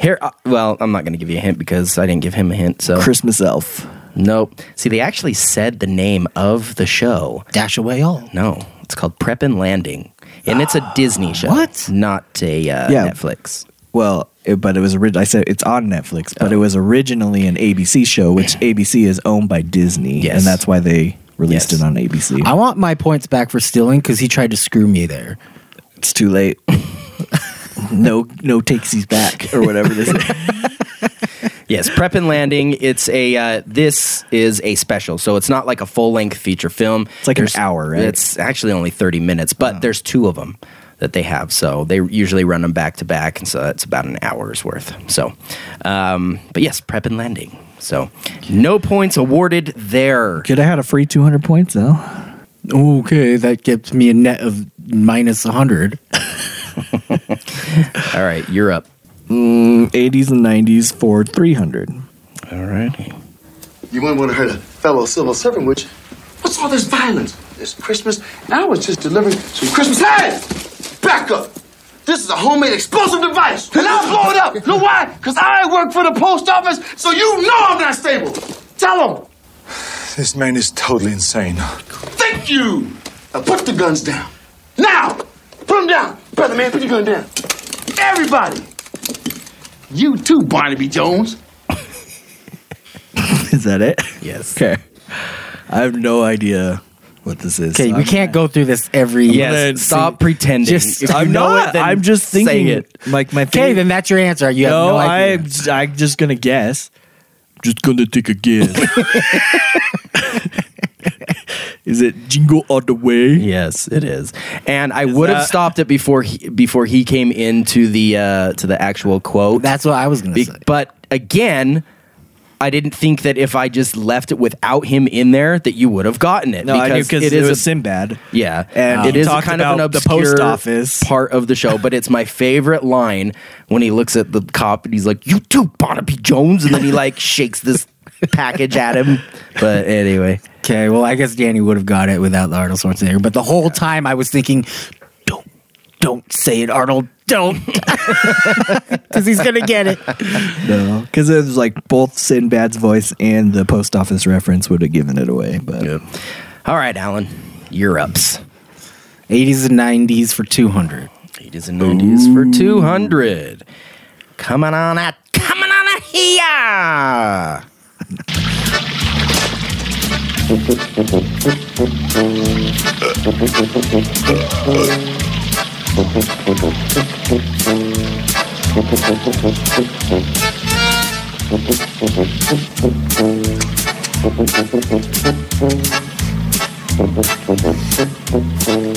Speaker 2: Here, uh, well, I'm not going to give you a hint because I didn't give him a hint. So,
Speaker 3: Christmas Elf.
Speaker 2: nope. See, they actually said the name of the show.
Speaker 4: Dash away all.
Speaker 2: No, it's called Prep and Landing, and it's a Disney show.
Speaker 4: What?
Speaker 2: Not a uh,
Speaker 3: Yeah.
Speaker 2: Netflix.
Speaker 3: Well, it, but it was original. I said it's on Netflix, but it was originally an ABC show, which ABC is owned by Disney,
Speaker 2: Yes.
Speaker 3: and that's why they released
Speaker 2: Yes.
Speaker 3: it on ABC.
Speaker 4: I want my points back for stealing because he tried to screw me there.
Speaker 3: it's too late. no, no takesies back or whatever this is.
Speaker 2: Yes, Prep and Landing. It's a uh, this is a special, so it's not like a full length feature film. It's
Speaker 3: like an hour, right? Oh.
Speaker 2: It's actually only thirty minutes, but there's two of them. that they have. So they usually run them back to back, and so that's about an hour's worth. So, um, but yes, prep and landing. So no points awarded there.
Speaker 3: Could have had a free 200 points though.
Speaker 4: Okay, that gives me a net of minus 100.
Speaker 2: All right, you're up.
Speaker 3: 80s and 90s for 300.
Speaker 2: All righty.
Speaker 10: You wouldn't want to hurt a fellow civil servant, would you? What's all this violence? It's Christmas, and I was just delivering some Christmas. Hey! Back up! This is a homemade explosive device, and I'll blow it up! You know why? Because I work for the post office, so you know I'm not stable! Tell them!
Speaker 11: This man is totally insane.
Speaker 10: Thank you! Now put the guns down. Now! Put them down! Brother man, put your gun down. Everybody! You too, Barnaby Jones.
Speaker 3: Is that it?
Speaker 2: Yes.
Speaker 3: Okay. I have no idea what this is.
Speaker 4: Okay, we
Speaker 3: I'm-
Speaker 4: can't go through this every.
Speaker 2: Yes. Stop pretending.
Speaker 4: Just-
Speaker 2: If you
Speaker 4: I'm
Speaker 2: know
Speaker 3: not.
Speaker 2: it, then
Speaker 3: I'm just
Speaker 2: say
Speaker 3: thinking
Speaker 2: it.
Speaker 3: Like my
Speaker 4: Okay,
Speaker 3: favorite-
Speaker 4: then that's your answer. You have no,
Speaker 3: no, I
Speaker 4: idea.
Speaker 3: I'm just gonna guess. Just gonna take a guess. Is it jingle all the way?
Speaker 2: Yes, it is. And I would have stopped it before he, before he came into the uh, to the actual quote.
Speaker 4: That's what I was gonna
Speaker 2: Be-
Speaker 4: say.
Speaker 2: but again, I didn't think that if I just left it without him in there, that you would have gotten it.
Speaker 3: No, I knew because it is
Speaker 2: a-
Speaker 3: a Sinbad.
Speaker 2: Yeah,
Speaker 3: And
Speaker 2: it
Speaker 3: he
Speaker 2: is a
Speaker 3: talked
Speaker 2: kind of an
Speaker 3: about the
Speaker 2: obscure
Speaker 3: post office.
Speaker 2: part of the show, but it's my favorite line when he looks at the cop and he's like, "You too, Barnaby Jones," and then he like shakes this package at him. But anyway,
Speaker 4: Okay, well, I guess Danny would have got it without Arnold Schwarzenegger. But the whole time I was thinking, don't, don't say it, Arnold, don't, because he's gonna get it.
Speaker 3: No, because it was like both Sinbad's voice and the post office reference would have given it away. But
Speaker 2: all right, Alan, you're ups.
Speaker 4: 80s and 90s for 200.
Speaker 2: 80s and 90s for 200. Coming on at, coming on at here.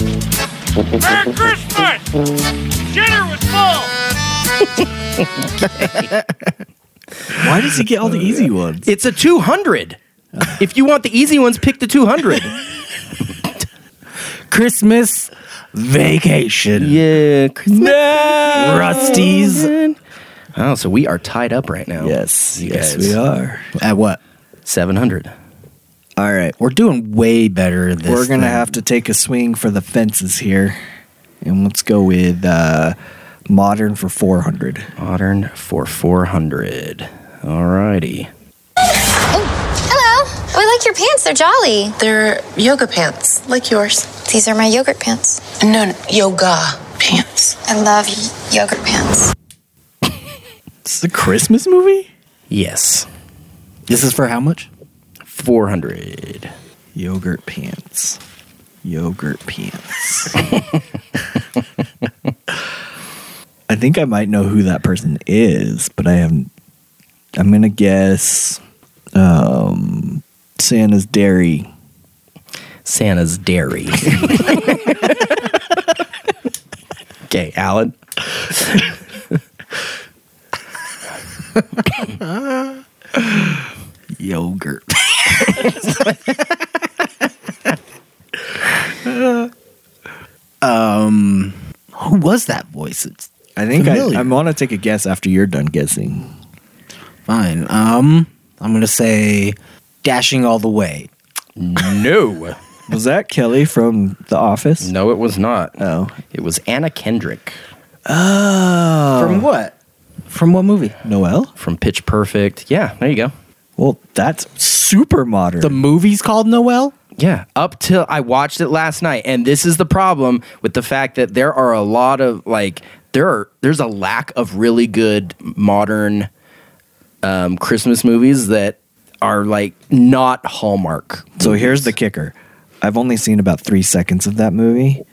Speaker 11: Merry Christmas! Dinner was full!
Speaker 3: why does he get all the easy ones?
Speaker 2: It's a 200. if you want the easy ones, pick the 200.
Speaker 4: Christmas vacation.
Speaker 2: yeah.
Speaker 4: Rusty's
Speaker 2: Oh, so we are tied up right now.
Speaker 3: Yes,
Speaker 2: You
Speaker 3: yes,
Speaker 2: guys.
Speaker 3: we are.
Speaker 4: at what?
Speaker 2: 700.
Speaker 3: All right,
Speaker 4: We're doing way better. This
Speaker 3: we're gonna
Speaker 4: than-
Speaker 3: have to take a swing for the fences here, and let's go with uh, modern for four hundred.
Speaker 2: Modern for 400. All righty.
Speaker 5: Hello. Oh, I like your pants. They're jolly. They're yoga pants, like yours. These are my yogurt pants. No, yoga pants. I love y- yogurt pants.
Speaker 3: It's a Christmas movie.
Speaker 2: Yes.
Speaker 4: This is for how much?
Speaker 2: 400.
Speaker 3: Yogurt pants. Yogurt pants. I think I might know who that person is, but I haven't. I'm gonna guess um, Santa's Dairy.
Speaker 2: Santa's Dairy. okay, Alan.
Speaker 3: Yogurt.
Speaker 4: Who was that voice? It's
Speaker 3: I think I,
Speaker 4: Familiar.
Speaker 3: I want to take a guess after you're done guessing.
Speaker 4: fine. Um, I'm gonna say dashing all the way.
Speaker 2: No.
Speaker 3: Was that Kelly from The Office?
Speaker 2: No, it was not.
Speaker 3: No.
Speaker 2: It was Anna Kendrick
Speaker 3: Oh.
Speaker 4: From what? Uh, From what movie?
Speaker 3: Noel?
Speaker 2: from Pitch Perfect. Yeah, there you go.
Speaker 3: Well, that's super modern.
Speaker 4: The movie's called Noel.
Speaker 2: Yeah, up till I watched it last night, and this is the problem with the fact that there are a lot of like there are there's a lack of really good modern um, Christmas movies that are like not Hallmark.
Speaker 3: So here's the kicker. I've only seen about three seconds of that movie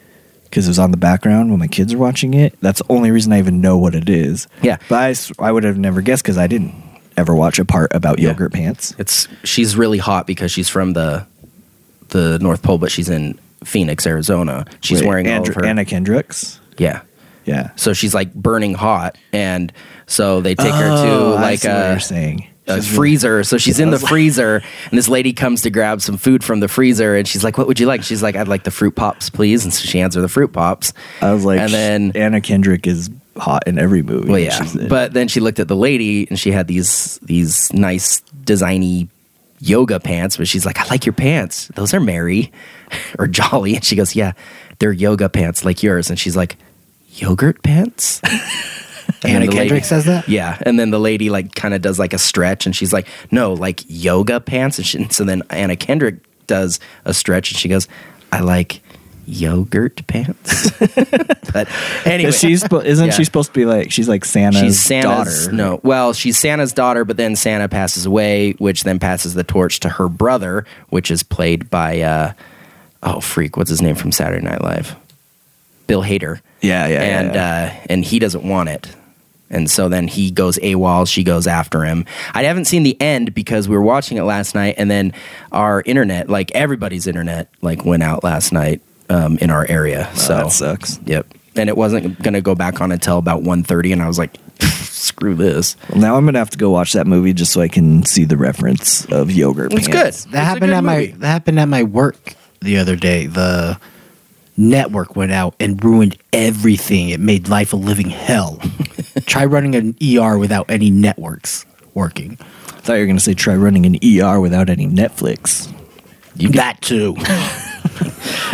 Speaker 3: because it was on the background when my kids were watching it. That's the only reason I even know what it is.
Speaker 2: Yeah.
Speaker 3: But I s- I, would have never guessed because I didn't ever watch a part about
Speaker 2: Yeah.
Speaker 3: yogurt pants.
Speaker 2: It's she's really hot because she's from the the North Pole, but she's in Phoenix, Arizona. She's
Speaker 3: Wait,
Speaker 2: wearing all
Speaker 3: Andrew-
Speaker 2: of her
Speaker 3: Anna Kendricks.
Speaker 2: Yeah.
Speaker 3: Yeah.
Speaker 2: So she's like burning hot, and so they take
Speaker 3: Oh,
Speaker 2: her to
Speaker 3: I
Speaker 2: like uh,
Speaker 3: see what
Speaker 2: a,
Speaker 3: you're saying.
Speaker 2: a
Speaker 3: She's-
Speaker 2: freezer. So she's in
Speaker 3: I
Speaker 2: the
Speaker 3: was like-
Speaker 2: freezer, and this lady comes to grab some food from the freezer, and she's like, "What would you like?" She's like, "I'd like the fruit pops, please." And so she hands her the fruit pops.
Speaker 3: I was like,
Speaker 2: and then
Speaker 3: Anna Kendrick is hot in every movie.
Speaker 2: well,
Speaker 3: She's-
Speaker 2: yeah. But then she looked at the lady, and she had these these nice designy yoga pants. But she's like, "I like your pants. Those are merry or jolly." And she goes, "Yeah, they're yoga pants like yours." And she's like, "Yogurt pants." And then
Speaker 4: Anna
Speaker 2: the lady-
Speaker 4: Kendrick says that?
Speaker 2: Yeah, and then the lady like kind of does like a stretch, and she's like, "No, like yoga pants." And, she, and so then Anna Kendrick does a stretch, and she goes, "I like yogurt pants." but anyway,
Speaker 3: Is she spo- isn't she supposed to be like she's like Santa's,
Speaker 2: She's Santa's
Speaker 3: daughter?
Speaker 2: no. Well, she's Santa's daughter, but then Santa passes away, which then passes the torch to her brother, which is played by uh, oh freak, what's his name from Saturday Night Live? Bill Hader.
Speaker 3: Yeah, yeah, yeah,
Speaker 2: and Uh, and he doesn't want it. And so then he goes AWOL, she goes after him. I haven't seen the end because we were watching it last night, and then our internet, like everybody's internet, like went out last night um, in our area. so
Speaker 3: that sucks.
Speaker 2: Yep. And it wasn't going to go back on until about 1.30, and I was like, screw this.
Speaker 3: Well, now I'm gonna have to go watch that movie just so I can see the reference of yogurt.
Speaker 2: It's
Speaker 3: pants.
Speaker 2: good.
Speaker 4: That happened at my that happened at my work the other day. The network went out and ruined everything. It made life a living hell. Try running an ER without any networks working.
Speaker 3: I thought you were gonna say try running an ER without any Netflix.
Speaker 2: You
Speaker 4: that too.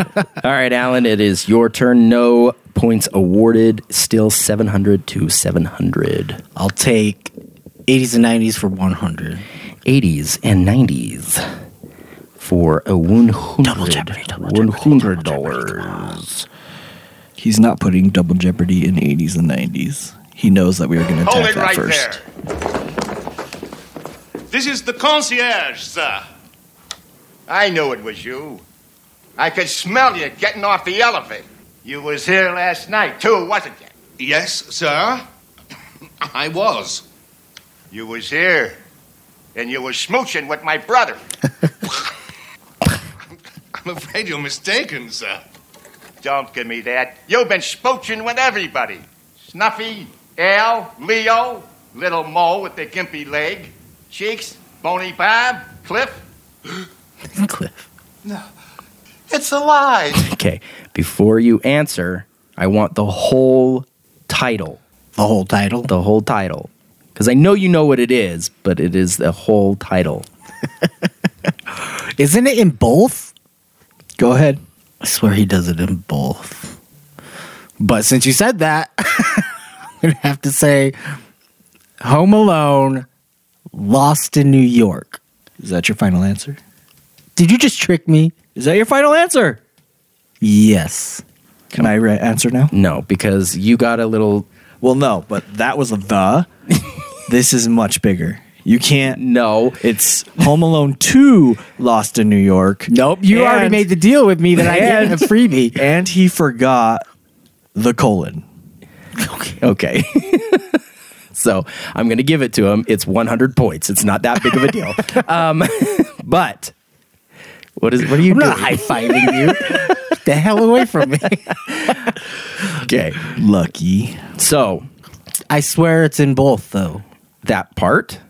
Speaker 2: All right, Alan, it is your turn. No points awarded. Still 700 to 700.
Speaker 4: I'll take 80s and 90s for 100.
Speaker 2: 80s and 90s for a 100 $100.
Speaker 3: He's not putting Double Jeopardy in 80s and 90s. He knows that we were gonna
Speaker 11: Hold
Speaker 3: attack
Speaker 11: it
Speaker 3: that
Speaker 11: right
Speaker 3: first.
Speaker 11: This is the concierge, sir. I knew it was you. I could smell you getting off the elevator. You was here last night, too, wasn't you? Yes, sir. I was. You was here. And you was smooching with my brother.
Speaker 8: I'm afraid you're mistaken, sir.
Speaker 11: Don't give me that. You've been smooching with everybody. Snuffy, Al, Leo, little Mo with the gimpy leg, Cheeks, Bony Bob, Cliff,
Speaker 6: It's a lie.
Speaker 2: Okay, before you answer, I want the whole title.
Speaker 4: The whole title?
Speaker 2: The whole title. Because I know you know what it is, but it is the whole title.
Speaker 4: Isn't it in both?
Speaker 3: Go ahead.
Speaker 4: I swear he does it in both. But since you said that, I'm going to have to say Home Alone, Lost in New York.
Speaker 3: Is that your final answer?
Speaker 4: Did you just trick me?
Speaker 3: Is that your final answer?
Speaker 4: Yes.
Speaker 3: Can I re- answer now?
Speaker 2: No, because you got a little.
Speaker 3: Well, no, but that was the. this is much bigger. You can't.
Speaker 2: No.
Speaker 3: It's Home Alone 2 Lost in New York.
Speaker 4: Nope. You already
Speaker 3: And-
Speaker 4: made the deal with me that I
Speaker 3: and-
Speaker 4: had a freebie.
Speaker 3: And he forgot the colon.
Speaker 2: Okay. so I'm going to give it to him. It's 100 points. It's not that big of a deal. um, but what is what are you
Speaker 4: I'm
Speaker 2: doing?
Speaker 4: not high fiving you. Get the hell away from me.
Speaker 2: okay.
Speaker 3: Lucky.
Speaker 2: So
Speaker 4: I swear it's in both, though.
Speaker 2: that part.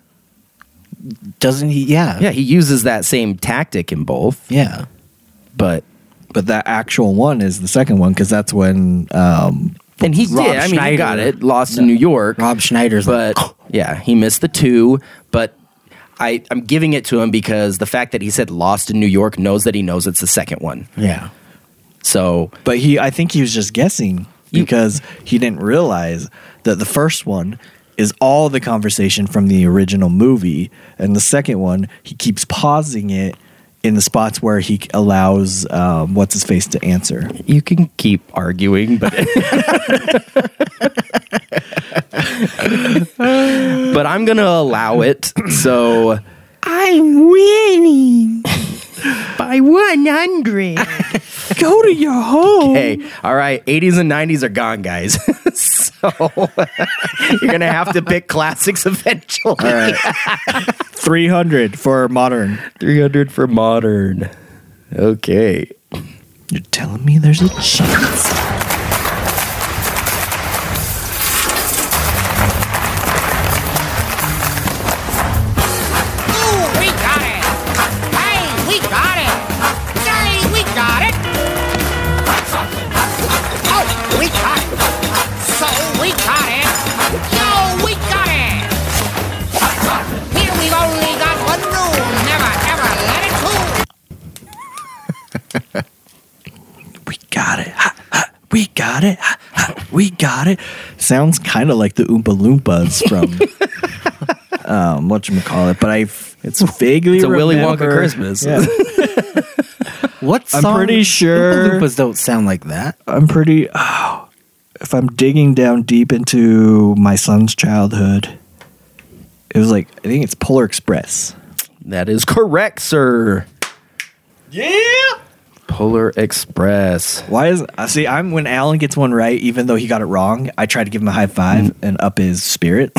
Speaker 4: Doesn't he? Yeah.
Speaker 2: Yeah, he uses that same tactic in both,
Speaker 4: Yeah.
Speaker 2: but
Speaker 3: But that actual one is the second one because that's when um,
Speaker 2: and he
Speaker 4: Rob
Speaker 2: did. I mean, he got
Speaker 4: Schneider.
Speaker 2: it. Lost in New York.
Speaker 4: Rob Schneider's
Speaker 2: but
Speaker 4: like,
Speaker 2: yeah, he missed the two. But I, I'm giving it to him because the fact that he said "Lost in New York" knows that he knows it's the second one.
Speaker 4: yeah.
Speaker 2: So
Speaker 3: But he, I think he was just guessing because he didn't realize that the first one is all the conversation from the original movie, and the second one he keeps pausing it in the spots where he allows um, what's his face to answer.
Speaker 2: you can keep arguing, but but I'm gonna allow it. So
Speaker 4: I'm winning.
Speaker 2: by 100.
Speaker 3: Go to your home.
Speaker 2: Hey, all right, 80s and 90s are gone, guys. so you're going to have to pick classics eventually.
Speaker 3: Three hundred for modern.
Speaker 2: 300 for modern. Okay.
Speaker 3: You're telling me there's a chance. got it. We got it. Sounds kind of like the Oompa Loompas from um, what you call it, but I it's vaguely
Speaker 4: It's a Willy Wonka
Speaker 3: remember-
Speaker 4: Christmas.
Speaker 3: Yeah.
Speaker 4: What
Speaker 3: I'm
Speaker 4: song?
Speaker 3: pretty
Speaker 4: Oompa
Speaker 3: sure-
Speaker 4: Loompas don't sound like that.
Speaker 3: I'm pretty. Oh, if I'm digging down deep into my son's childhood, it was like I think it's Polar Express.
Speaker 2: That is correct, sir.
Speaker 3: Yeah.
Speaker 2: Polar Express.
Speaker 3: Why is I see? I'm when Alan gets one right, even though he got it wrong. I try to give him a high five and up his spirit.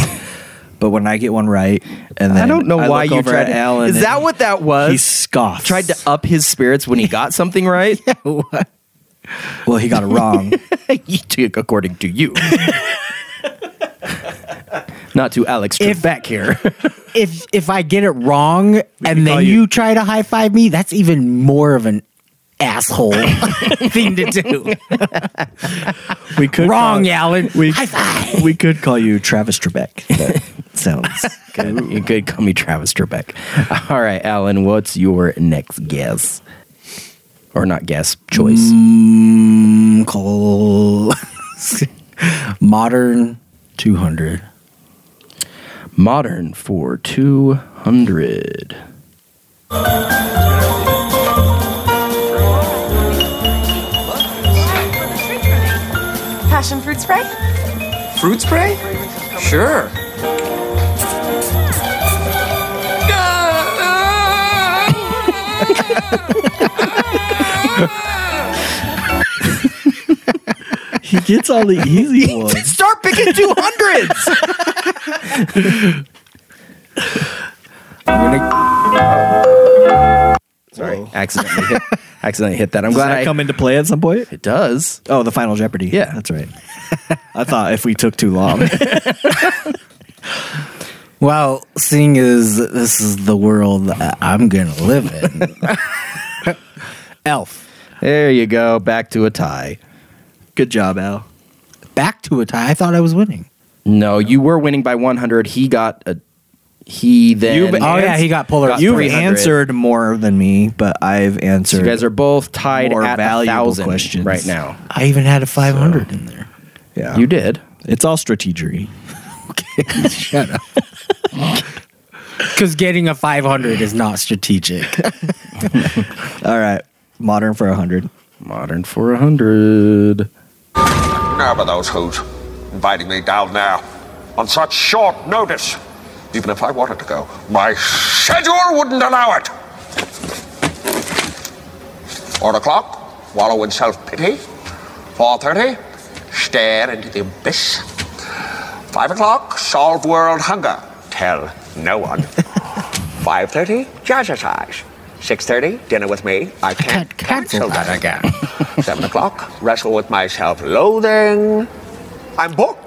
Speaker 3: But when I get one right, and then
Speaker 2: I don't know why
Speaker 3: look
Speaker 2: you
Speaker 3: over
Speaker 2: tried
Speaker 3: at
Speaker 2: to.
Speaker 3: Alan.
Speaker 2: is
Speaker 3: and
Speaker 2: that what that was?
Speaker 3: He scoffs.
Speaker 2: Tried to up his spirits when he got something right.
Speaker 3: Well, he got it wrong.
Speaker 2: you took according to you. Not to Alex
Speaker 4: If-
Speaker 2: back here.
Speaker 4: If if I get it wrong and then you, try to high five me, that's even more of an asshole thing to do.
Speaker 3: We could
Speaker 4: Wrong,
Speaker 3: call,
Speaker 4: Alan.
Speaker 3: We,
Speaker 4: high five.
Speaker 3: we could call you Travis Trebek. That sounds
Speaker 2: good. You could call me Travis Trebek. All right, Alan, what's your next guess? Or not guess, choice.
Speaker 4: Mm, call modern two hundred.
Speaker 2: Modern for 200.
Speaker 12: Passion fruit spray?
Speaker 13: Fruit spray? Sure.
Speaker 3: He gets all the easy ones.
Speaker 2: Start picking 200s! Sorry, accidentally hit, accidentally hit that. I'm
Speaker 3: Does
Speaker 2: glad
Speaker 3: that
Speaker 2: I
Speaker 3: come into play at some point.
Speaker 2: It does.
Speaker 3: Oh, the Final Jeopardy.
Speaker 2: Yeah.
Speaker 3: that's right. I thought if we took too long,
Speaker 4: Well, seeing as this is the world that I'm gonna live in, Elf.
Speaker 2: There you go. Back to a tie.
Speaker 3: Good job, Al.
Speaker 4: Back to a tie. I thought I was winning.
Speaker 2: No, you were winning by 100. He got a. He then.
Speaker 4: oh yeah, he got polar.
Speaker 2: got
Speaker 3: you
Speaker 2: 300.
Speaker 3: answered more than me, but I've
Speaker 2: So
Speaker 3: answered.
Speaker 2: you guys are both tied
Speaker 3: more
Speaker 2: at a
Speaker 3: valuable
Speaker 2: thousand
Speaker 3: questions.
Speaker 2: right now.
Speaker 4: I even had a 500 in there.
Speaker 3: yeah,
Speaker 2: You did.
Speaker 3: It's all strategery.
Speaker 4: Shut up. Because getting a 500 is not strategic.
Speaker 3: All right, modern for hundred.
Speaker 2: Modern for hundred.
Speaker 14: Never those who's inviting me down there on such short notice. Even if I wanted to go, my schedule wouldn't allow it. Four o'clock, wallow in self-pity. Four thirty, stare into the abyss. Five o'clock, solve world hunger. Tell no one. Five thirty, jazzercise. Six thirty, dinner with me. I can't, cancel that again. Seven o'clock, wrestle with my self-loathing. I'm booked.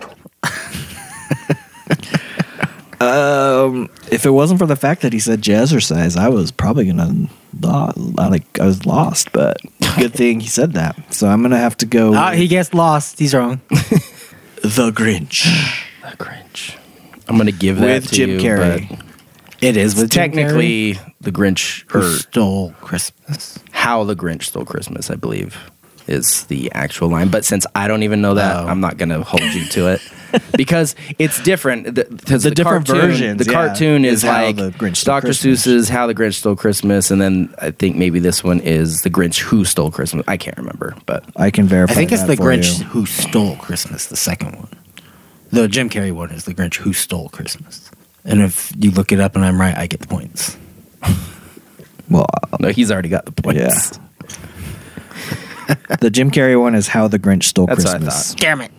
Speaker 3: Um, if it wasn't for the fact that he said jazzercise, I was probably gonna lo- I, like I was lost. But good thing he said that. So I'm gonna have to go.
Speaker 4: Ah,
Speaker 3: with
Speaker 4: he gets lost. He's wrong.
Speaker 3: the Grinch.
Speaker 2: I'm gonna give that
Speaker 3: With
Speaker 2: to
Speaker 3: Jim
Speaker 2: you,
Speaker 3: Carrey.
Speaker 2: but
Speaker 4: It is with Jim
Speaker 2: technically the Grinch
Speaker 4: Who
Speaker 2: or
Speaker 4: stole Christmas.
Speaker 2: How the Grinch stole Christmas, I believe, is the actual line. But since I don't even know
Speaker 3: Oh.
Speaker 2: that, I'm not gonna hold you to it because it's different. The, 'cause
Speaker 3: The different
Speaker 2: cartoon,
Speaker 3: versions,
Speaker 2: The
Speaker 3: yeah,
Speaker 2: cartoon is,
Speaker 3: is How
Speaker 2: like
Speaker 3: the Grinch Stole
Speaker 2: Dr.
Speaker 3: Christmas.
Speaker 2: Seuss's How the Grinch Stole Christmas, and then I think maybe this one is the Grinch Who Stole Christmas. I can't remember, but
Speaker 3: I can verify.
Speaker 4: I think it's
Speaker 3: that
Speaker 4: the
Speaker 3: for
Speaker 4: Grinch
Speaker 3: you.
Speaker 4: who stole Christmas, the second one. The Jim Carrey one is the Grinch who stole Christmas. And if you look it up and I'm right, I get the points.
Speaker 3: Well,
Speaker 2: no, he's already got the points.
Speaker 3: the Jim Carrey one is how the Grinch stole
Speaker 2: That's what I
Speaker 3: Christmas.
Speaker 4: Damn it.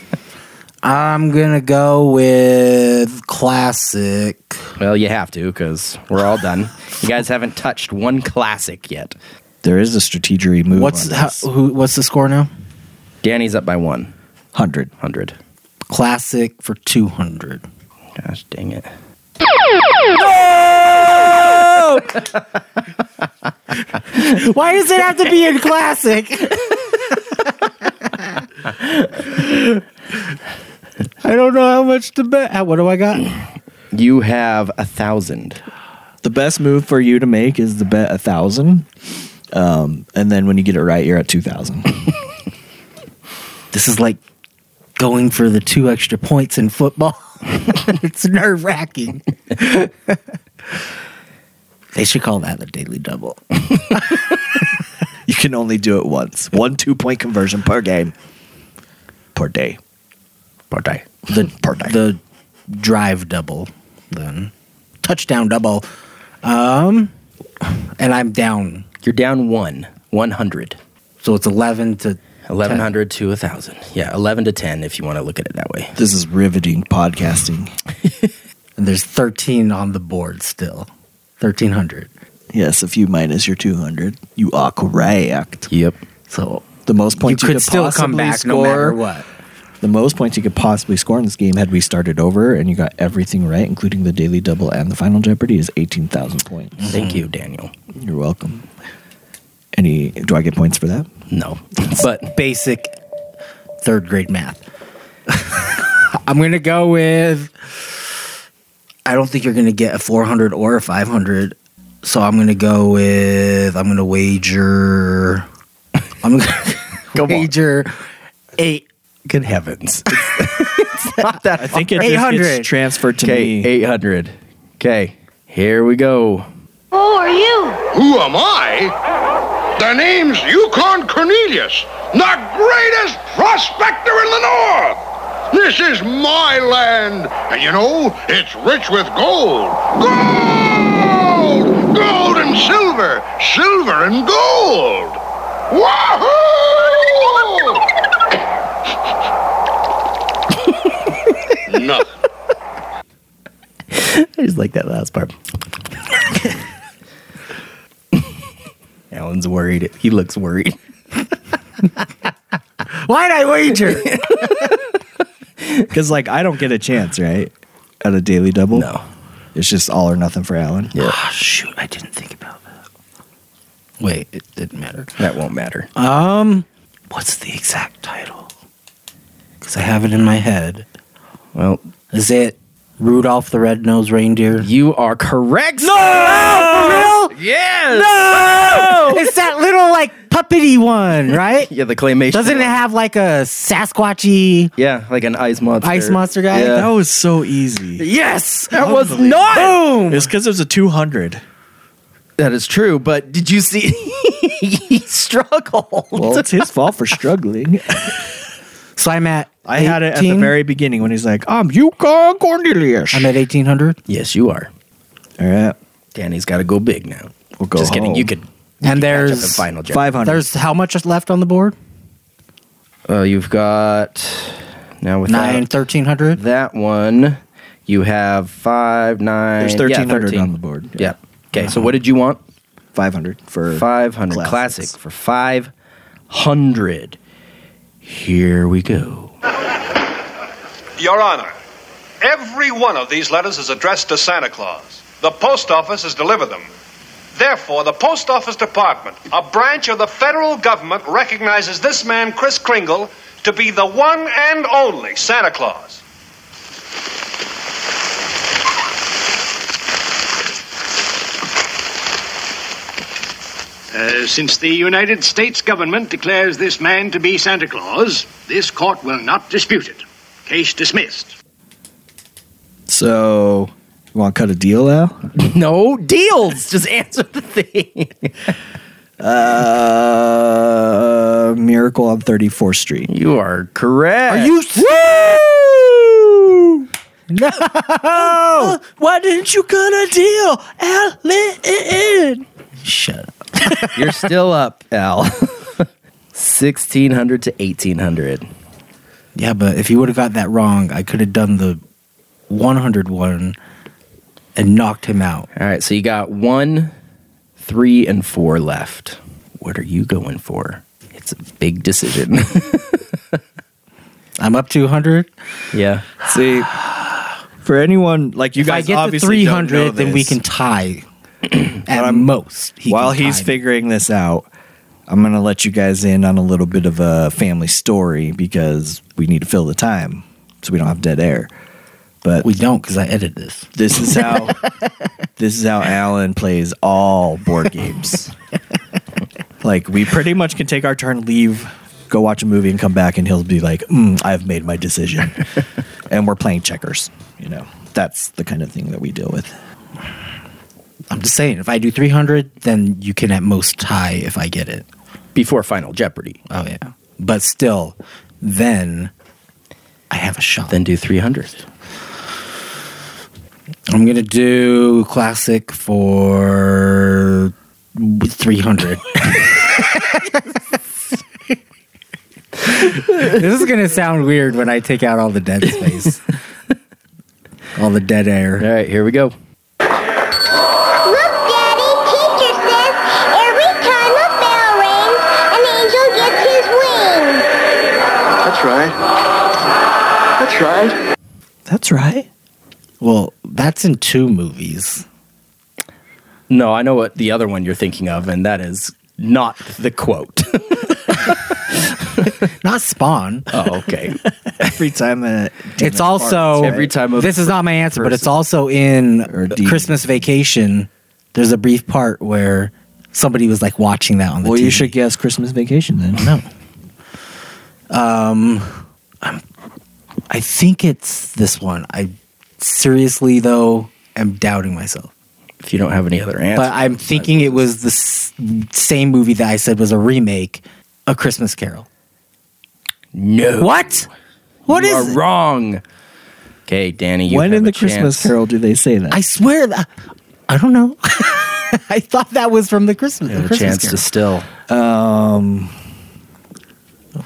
Speaker 4: I'm going to go with classic.
Speaker 2: Well, you have to because we're all done. you guys haven't touched one classic yet.
Speaker 3: There is a strategery move.
Speaker 4: What's
Speaker 3: on
Speaker 4: how,
Speaker 3: this.
Speaker 4: who, what's the score now?
Speaker 2: Danny's up by one.
Speaker 3: 100.
Speaker 2: 100.
Speaker 4: Classic for 200.
Speaker 2: Gosh dang it.
Speaker 4: Why does it have to be in classic? I don't know how much to bet. How- What do I got?
Speaker 2: You have a thousand.
Speaker 3: the best move for you to make is the bet a thousand, um, and then when you get it right, you're at two thousand.
Speaker 4: This is like going for the two extra points in football. it's nerve wracking. they should call that the daily double.
Speaker 3: You can only do it once. One two point conversion per game, per day.
Speaker 4: Per day. The per day. The drive double, then touchdown double. Um, and I'm down.
Speaker 2: You're down one, one hundred.
Speaker 4: So it's eleven to
Speaker 2: eleven hundred to a thousand. Yeah, eleven to ten if you want to look at it that way.
Speaker 3: This is riveting podcasting.
Speaker 4: and there's 13 on the board still. 1300.
Speaker 3: Yes, if you minus your 200, you are correct.
Speaker 2: Yep.
Speaker 3: So the most points you,
Speaker 4: could
Speaker 3: could
Speaker 4: still come
Speaker 3: possibly
Speaker 4: back
Speaker 3: score-
Speaker 4: no matter what.
Speaker 3: The most points you could possibly score in this game had we started over and you got everything right, including the daily double and the final Jeopardy, is 18,000 points.
Speaker 2: Thank you, Daniel.
Speaker 3: You're welcome. Any do I get points for that?
Speaker 2: No. But
Speaker 4: basic third grade math. I'm going to go with I don't think you're going to get a 400 or a 500. So I'm going to go with I'm going to wager I'm going to wager 8
Speaker 2: good heavens. it's not that I
Speaker 3: think it just gets 800. transferred to me.
Speaker 2: Eight hundred. Okay, here we go.
Speaker 8: Who are you? Who am I? The name's Yukon Cornelius, the greatest prospector in the north. This is my land, and you know, it's rich with gold. Gold! Gold and silver! Silver and gold! Wahoo! Nothing.
Speaker 2: I just like that last part. Alan's worried. He looks worried.
Speaker 4: Why'd I wager?
Speaker 3: Because like I don't get a chance, right? At a daily double? No. It's just all or nothing for Alan.
Speaker 2: Yeah.
Speaker 4: shoot, I didn't think about that. Wait, it didn't matter.
Speaker 2: That won't matter.
Speaker 4: Um, what's the exact title? Because I have it in my head.
Speaker 2: Well,
Speaker 4: is it Rudolph the Red-Nosed Reindeer?
Speaker 2: You are correct.
Speaker 4: No, for real?
Speaker 2: Yes.
Speaker 4: No, it's that little like puppety one, right?
Speaker 2: Yeah, the claymation.
Speaker 4: Doesn't it have like a Sasquatchy?
Speaker 2: Yeah, like an ice monster.
Speaker 4: Ice monster guy?
Speaker 2: Yeah.
Speaker 4: That
Speaker 3: was Oh, so easy.
Speaker 2: Yes, that was not.
Speaker 3: Boom. It's because it was a 200.
Speaker 2: That is true, but did you see he struggled?
Speaker 3: Well, it's his fault for struggling.
Speaker 4: so I'm at.
Speaker 3: I had it at the
Speaker 4: 18?
Speaker 3: very beginning when he's like, "I'm Yukon Cornelius."
Speaker 4: I'm at eighteen hundred.
Speaker 2: Yes, you are.
Speaker 3: All right,
Speaker 2: Danny's got to go big now.
Speaker 3: We'll go
Speaker 2: Just kidding.
Speaker 3: home.
Speaker 2: You could.
Speaker 4: And
Speaker 2: catch up
Speaker 4: there's
Speaker 2: in final Jeopardy.
Speaker 3: 500.
Speaker 4: There's how much is left on the board?
Speaker 2: Uh, you've got now with
Speaker 4: Nine,
Speaker 3: Uh,
Speaker 4: 1300.
Speaker 2: That one, you have five nine.
Speaker 3: There's
Speaker 2: yeah,
Speaker 3: 1300
Speaker 2: 13.
Speaker 3: on the board.
Speaker 2: Yeah. Okay. So what did you want?
Speaker 3: 500 for
Speaker 2: Five hundred classic
Speaker 3: classics.
Speaker 2: for five hundred. Here we go.
Speaker 12: Your Honor, every one of these letters is addressed to Santa Claus. The post office has delivered them. Therefore, the Post Office Department, a branch of the federal government, recognizes this man, Chris Kringle, to be the one and only Santa Claus.
Speaker 15: Uh, since the United States government declares this man to be Santa Claus, this court will not dispute it. Case dismissed.
Speaker 3: So, you want to cut a deal, Al?
Speaker 2: No deals. Just answer the thing.
Speaker 3: Uh, Miracle on 34th Street.
Speaker 2: You are correct.
Speaker 4: Are you
Speaker 3: Woo!
Speaker 4: No!
Speaker 3: Why didn't you cut a deal, Alan?
Speaker 4: Shut up.
Speaker 2: You're still up, Al. Sixteen hundred to eighteen hundred.
Speaker 4: Yeah, but if you would have got that wrong, I could have done the 101 and knocked him out.
Speaker 2: All right, so you got one, three, and four left. What are you going for? It's a big decision.
Speaker 4: I'm up 200.
Speaker 2: yeah.
Speaker 3: See, for anyone like you
Speaker 4: if I
Speaker 3: guys,
Speaker 4: get to
Speaker 3: obviously don't
Speaker 4: 300,
Speaker 3: know
Speaker 4: then we
Speaker 3: this.
Speaker 4: can tie. At most, he
Speaker 3: While
Speaker 4: can
Speaker 3: he's
Speaker 4: tie.
Speaker 3: figuring this out, I'm going to let you guys in on a little bit of a family story because we need to fill the time so we don't have dead air. But
Speaker 4: we don't because I edit this.
Speaker 3: This is how this is how Alan plays all board games. like we pretty much can take our turn, leave Go watch a movie and come back, and he'll be like, mm, "I've made my decision," and we're playing checkers. You know, that's the kind of thing that we deal with.
Speaker 4: I'm just saying, if I do 300, then you can at most tie if I get it
Speaker 2: before Final Jeopardy.
Speaker 4: Oh yeah, but still, then I have a shot.
Speaker 2: Then do 300.
Speaker 4: I'm gonna do classic for 300. this is gonna sound weird when I take out all the dead space, all the dead air. All
Speaker 2: right, here we go.
Speaker 10: That's right. That's right.
Speaker 4: That's right. Well, that's in two movies.
Speaker 2: No, I know what the other one you're thinking of, and that is not the quote.
Speaker 4: not Spawn.
Speaker 2: Oh, okay.
Speaker 3: Every time that
Speaker 4: It's also
Speaker 2: every time. Of
Speaker 4: this is not my answer, but it's
Speaker 2: person.
Speaker 4: also in Christmas Vacation. There's a brief part where somebody was like watching that on the
Speaker 3: Well,
Speaker 4: TV.
Speaker 3: you should guess Christmas Vacation then.
Speaker 4: no. Um, I'm- I think it's this one. I seriously though am doubting myself.
Speaker 2: If you don't have any other answer,
Speaker 4: But I'm thinking it was the s- same movie that I said was a remake, A Christmas Carol.
Speaker 2: no.
Speaker 4: What? What
Speaker 2: you
Speaker 4: is
Speaker 2: are
Speaker 4: it?
Speaker 2: wrong? Okay, Danny. You
Speaker 3: when
Speaker 2: have
Speaker 3: in
Speaker 2: a
Speaker 3: the Christmas
Speaker 2: chance.
Speaker 3: Carol do they say that?
Speaker 4: I swear that I don't know. I thought that was from the Christmas.
Speaker 2: You have
Speaker 4: the
Speaker 2: a
Speaker 4: Christmas
Speaker 2: chance to still.
Speaker 3: um,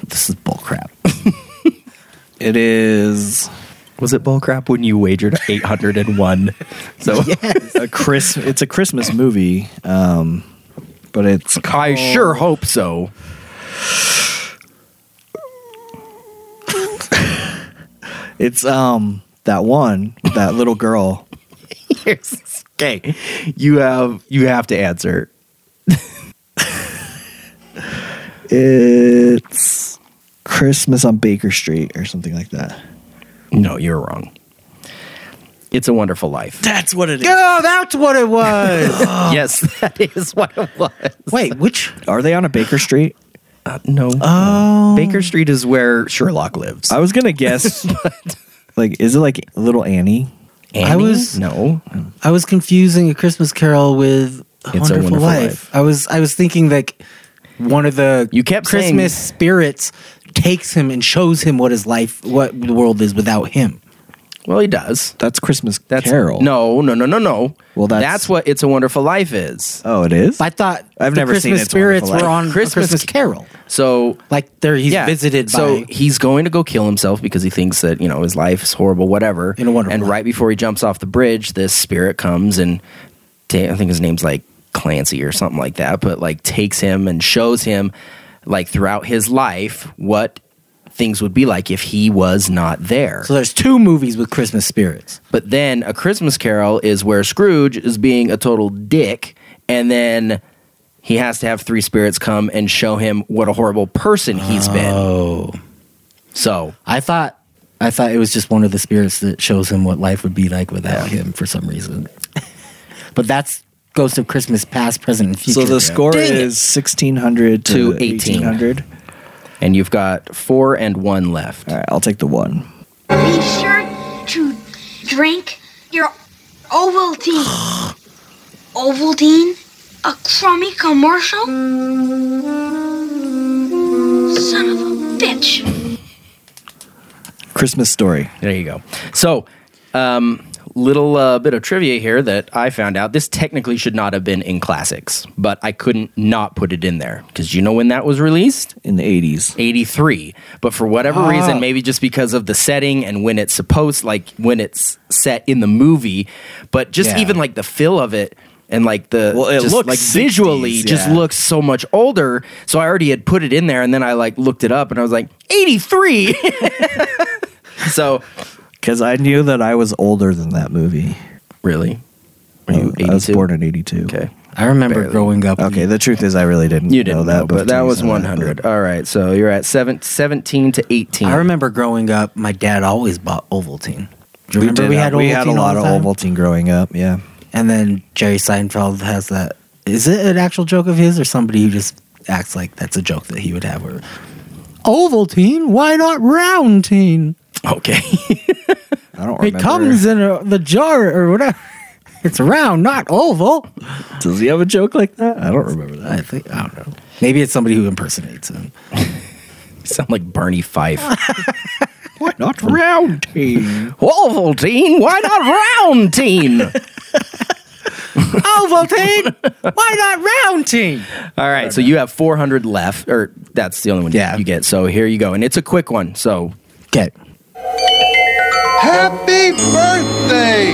Speaker 4: this is bull crap.
Speaker 3: it is
Speaker 2: Was it bull crap when you wagered eight hundred and one? So
Speaker 3: a Chris. It's a Christmas movie. Um, but it's
Speaker 2: I sure hope so.
Speaker 3: it's um that one that little girl.
Speaker 2: okay, you have you have to answer.
Speaker 3: It's Christmas on Baker Street or something like that.
Speaker 2: No, you're wrong. It's a Wonderful Life.
Speaker 3: That's what it is.
Speaker 4: Oh, that's what it was.
Speaker 2: yes, that is what it was.
Speaker 4: Wait, which?
Speaker 3: Are they on a Baker Street?
Speaker 2: Uh, no,
Speaker 4: Oh,
Speaker 2: Baker Street is where Sherlock lives.
Speaker 3: I was gonna guess. like, is it like Little Annie?
Speaker 2: Annie?
Speaker 4: I was-
Speaker 2: no.
Speaker 4: I was confusing A Christmas Carol with A,
Speaker 2: It's
Speaker 4: wonderful,
Speaker 2: a Wonderful
Speaker 4: life.
Speaker 2: Life.
Speaker 4: I was I was thinking like one of the
Speaker 2: You kept
Speaker 4: Christmas
Speaker 2: saying-
Speaker 4: spirits takes him and shows him what his life, what the world is without him.
Speaker 2: Well, he does.
Speaker 3: That's Christmas
Speaker 2: That's
Speaker 3: Carol.
Speaker 2: No, no, no, no, no.
Speaker 3: Well, that's-
Speaker 2: what "It's a Wonderful Life" is.
Speaker 3: Oh, it is.
Speaker 4: I thought
Speaker 3: I've
Speaker 4: the
Speaker 3: never seen
Speaker 4: Christmas
Speaker 3: It's a
Speaker 4: spirits
Speaker 3: Wonderful
Speaker 4: were
Speaker 3: Life.
Speaker 4: on Christmas,
Speaker 2: Christmas-
Speaker 4: Christmas Carol.
Speaker 2: So
Speaker 4: Like there, he's
Speaker 2: yeah,
Speaker 4: visited
Speaker 2: So
Speaker 4: by.
Speaker 2: he's going to go kill himself because he thinks that you know his life is horrible, whatever.
Speaker 4: In a wonderful
Speaker 2: and
Speaker 4: life.
Speaker 2: right before he jumps off the bridge, this spirit comes and ta- I think his name's like Clancy or something like that, but like takes him and shows him like throughout his life what things would be like if he was not there.
Speaker 4: So there's two movies with Christmas spirits.
Speaker 2: But then A Christmas Carol is where Scrooge is being a total dick, and then he has to have three spirits come and show him what a horrible person he's been.
Speaker 4: Oh,
Speaker 2: So
Speaker 4: I thought I thought it was just one of the spirits that shows him what life would be like without him for some reason. but that's Ghost of Christmas Past, Present, and Future.
Speaker 3: so the score
Speaker 4: Dang it.
Speaker 3: is sixteen hundred
Speaker 2: To
Speaker 3: to
Speaker 2: 18.
Speaker 3: eighteen hundred.
Speaker 2: and you've got four and one left.
Speaker 3: All right, I'll take the one.
Speaker 9: Be sure to drink your Ovaltine. Ovaltine? A crummy commercial? Son of a bitch.
Speaker 3: Christmas story.
Speaker 2: There you go. So, um, little uh, bit of trivia here that I found out. This technically should not have been in classics, but I couldn't not put it in there because you know when that was released?
Speaker 3: in the 80s.
Speaker 2: 83 but for whatever
Speaker 3: Ah.
Speaker 2: reason maybe just because of the setting and when it's supposed like when it's set in the movie but just
Speaker 4: Yeah.
Speaker 2: even like the feel of it and like the
Speaker 3: Well, it
Speaker 2: just,
Speaker 3: looks
Speaker 2: like
Speaker 3: 60s,
Speaker 2: visually just
Speaker 3: yeah.
Speaker 2: looks so much older so i already had put it in there and then i like looked it up and i was like 83 so
Speaker 3: Because I knew that I was older than that movie.
Speaker 2: really were you
Speaker 3: Um, I was
Speaker 2: 82?
Speaker 3: born in 82.
Speaker 2: okay
Speaker 4: I remember growing up.
Speaker 3: Okay, the truth is I really didn't
Speaker 2: you didn't
Speaker 3: know that.
Speaker 2: know, but that
Speaker 3: Teresa
Speaker 2: was
Speaker 3: knew
Speaker 2: 100
Speaker 3: but-
Speaker 2: all right so you're at seven, 17 to 18
Speaker 4: I remember growing up. My dad always bought Ovaltine. Do you remember
Speaker 3: did
Speaker 4: we
Speaker 3: have-
Speaker 4: had
Speaker 3: we had a
Speaker 4: Ovaltine all
Speaker 3: lot
Speaker 4: the
Speaker 3: of
Speaker 4: time?
Speaker 3: Ovaltine growing up, yeah.
Speaker 4: And then Jerry Seinfeld has that. Is it an actual joke of his, or somebody who just acts like that's a joke that he would have? Or Ovaltine? Why not Roundtine?
Speaker 2: Okay.
Speaker 3: I don't
Speaker 4: It comes in a, the jar or whatever. It's round, not oval.
Speaker 3: Does he have a joke like that? I don't remember that.
Speaker 4: I think I don't know. Maybe it's somebody who impersonates him.
Speaker 2: sound like Barney Fife.
Speaker 3: why not Roundtine?
Speaker 2: Ovaltine? Why not Roundtine?
Speaker 4: Ovaltine? Why not Roundtine?
Speaker 2: All right, so you have 400 left, or that's the only one yeah. you get. So here you go, and it's a quick one. So
Speaker 4: okay,
Speaker 8: Happy birthday!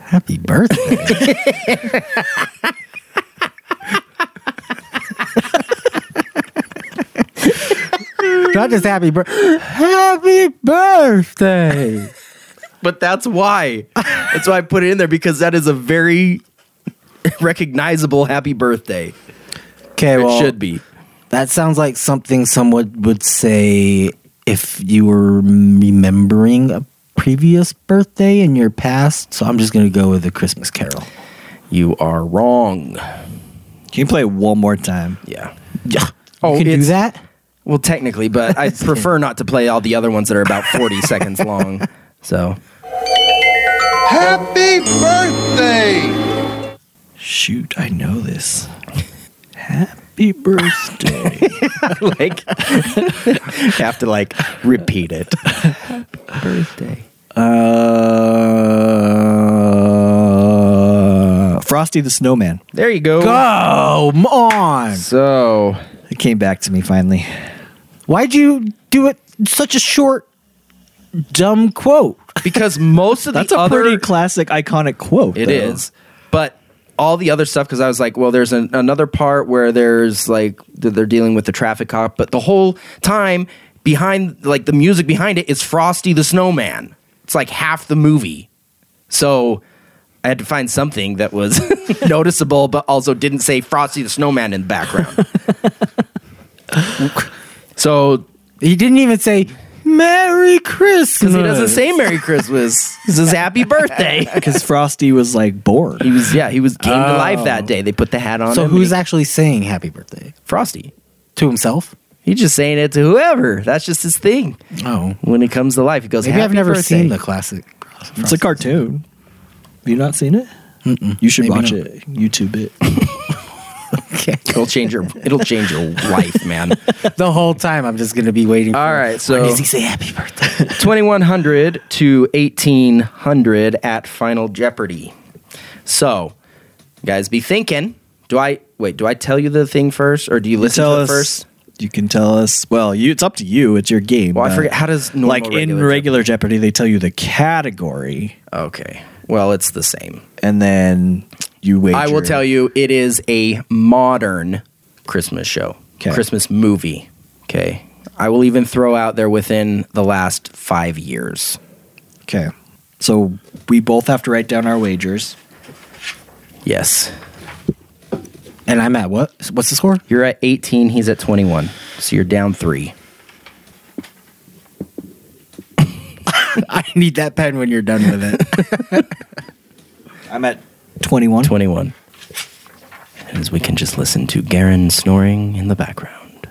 Speaker 4: Happy birthday. Not just happy birthday. Happy birthday.
Speaker 2: but that's why. That's why I put it in there because that is a very recognizable happy birthday.
Speaker 4: Okay, well,
Speaker 2: it should be.
Speaker 4: That sounds like something someone would say if you were remembering a previous birthday in your past. So I'm just going to go with the Christmas Carol.
Speaker 2: You are wrong.
Speaker 3: Can you play it one more time?
Speaker 2: Yeah.
Speaker 4: Yeah. Oh, can do
Speaker 2: it's-
Speaker 4: that?
Speaker 2: Well, technically, but I prefer not to play all the other ones that are about 40 seconds long. So,
Speaker 8: Happy birthday!
Speaker 3: Shoot, I know this. Happy birthday.
Speaker 2: like, have to like repeat it. Birthday.
Speaker 3: Uh, Frosty the Snowman.
Speaker 2: There you go.
Speaker 4: Oh, Come on.
Speaker 2: So
Speaker 3: it came back to me finally.
Speaker 4: Why'd you do it such a short, dumb quote?
Speaker 2: Because most of the
Speaker 3: That's a
Speaker 2: other
Speaker 3: pretty classic, iconic quote.
Speaker 2: It is, But all the other stuff, because I was like, well, there's an, another part where there's like th- they're dealing with the traffic cop, but the whole time behind, like the music behind it is Frosty the Snowman. It's like half the movie. So I had to find something that was noticeable, but also didn't say Frosty the Snowman in the background. so
Speaker 4: He didn't even say Merry Christmas.
Speaker 2: because he doesn't say Merry Christmas, he says Happy Birthday.
Speaker 3: Because Frosty was like born.
Speaker 2: He was, yeah, he was came to life
Speaker 4: Oh.
Speaker 2: that day. They put the hat on.
Speaker 4: So
Speaker 2: him and
Speaker 4: who's
Speaker 2: he-
Speaker 4: actually saying happy birthday?
Speaker 2: Frosty?
Speaker 4: To himself?
Speaker 2: He's just saying it to whoever. That's just his thing.
Speaker 4: Oh.
Speaker 2: When it comes to life, he goes.
Speaker 4: Maybe I've
Speaker 2: "Happy
Speaker 4: never
Speaker 2: birthday."
Speaker 4: seen the classic.
Speaker 3: It's a cartoon. Have you not seen it? You should watch it. YouTube it.
Speaker 2: It'll change your. It'll change your life, man.
Speaker 4: the whole time I'm just gonna be waiting.
Speaker 2: All right, so
Speaker 4: does he say happy birthday?
Speaker 2: twenty one hundred to eighteen hundred at Final Jeopardy. So, guys, be thinking. Do I wait? Do I tell you the thing first, or do you listen
Speaker 3: tell
Speaker 2: to it
Speaker 3: us
Speaker 2: first?
Speaker 3: You can tell us. Well, you, it's up to you. It's your game.
Speaker 2: Well, I
Speaker 3: but-
Speaker 2: forget. How does normal
Speaker 3: Uh, like in regular Jeopardy, they tell you the category,
Speaker 2: Okay. Well, it's the same.
Speaker 3: and then you wait.
Speaker 2: I will tell you, it is a modern Christmas show,
Speaker 3: 'Kay.
Speaker 2: Christmas movie. Okay. I will even throw out there within the last five years.
Speaker 3: Okay, so we both have to write down our wagers.
Speaker 2: Yes.
Speaker 4: And I'm at what? What's the score?
Speaker 2: You're at 18, he's at 21. So you're down three.
Speaker 4: I need that pen when you're done with it.
Speaker 3: I'm at twenty-one.
Speaker 2: 21. As we can just listen to Garen snoring in the background.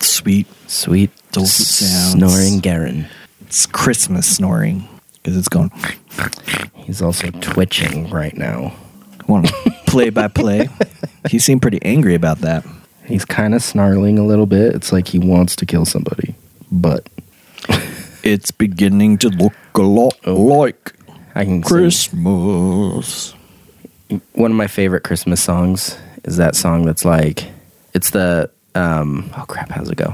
Speaker 3: Sweet.
Speaker 2: Sweet
Speaker 3: Dulcet sounds.
Speaker 2: snoring Garen.
Speaker 3: It's Christmas snoring because it's going
Speaker 2: He's also twitching right now.
Speaker 3: want to play by play. He seemed pretty angry about that.
Speaker 2: He's kind of snarling a little bit. It's like he wants to kill somebody, but
Speaker 3: It's beginning to look a lot like
Speaker 2: Oh. I can sing.
Speaker 3: Christmas.
Speaker 2: one of my favorite Christmas songs is that song that's like, it's the um, oh crap, how's it go?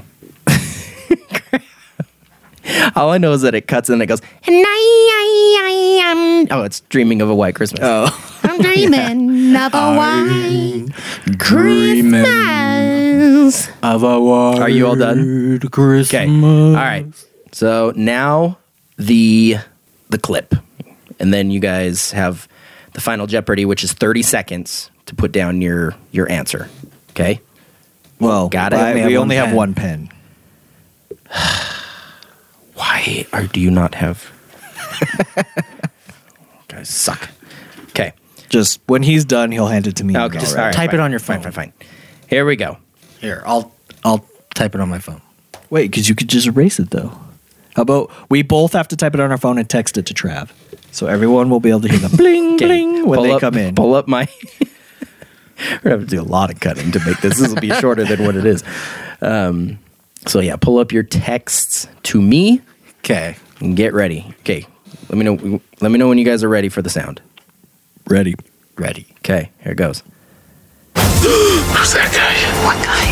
Speaker 2: All I know is that it cuts and it goes, and I, I, I am. Oh, it's dreaming of a white Christmas. Oh,
Speaker 9: I'm dreaming of a white Christmas.
Speaker 4: Of a wide
Speaker 2: are you all done?
Speaker 4: Christmas.
Speaker 2: Okay, all right. So now the the clip, and then you guys have the final Jeopardy, which is thirty seconds to put down your your answer. Okay.
Speaker 3: Well,
Speaker 2: Got it.
Speaker 3: I-
Speaker 2: We
Speaker 3: we
Speaker 2: have
Speaker 3: only,
Speaker 2: one
Speaker 3: have
Speaker 2: pen.
Speaker 3: one pen.
Speaker 2: Why are, do you not have? guys suck. Okay.
Speaker 3: Just when he's done, he'll hand it to me.
Speaker 2: Okay, just- all right,
Speaker 4: Type
Speaker 2: fine.
Speaker 4: it on your phone.
Speaker 2: Fine, fine, fine. Here we go.
Speaker 4: Here, I'll I'll type it on my phone.
Speaker 3: Wait, because you could just erase it though. How about we both have to type it on our phone and text it to Trav, so everyone will be able to hear the bling bling when
Speaker 2: pull
Speaker 3: they
Speaker 2: up-
Speaker 3: come in.
Speaker 2: Pull up my. We're gonna have to do a lot of cutting to make this. This will be shorter than what it is. Um, so yeah, pull up your texts to me.
Speaker 4: Okay.
Speaker 2: Get ready. Okay. Let me know. Let me know when you guys are ready for the sound.
Speaker 3: Ready.
Speaker 2: Ready. Okay. Here it goes.
Speaker 16: Who's that guy? What guy?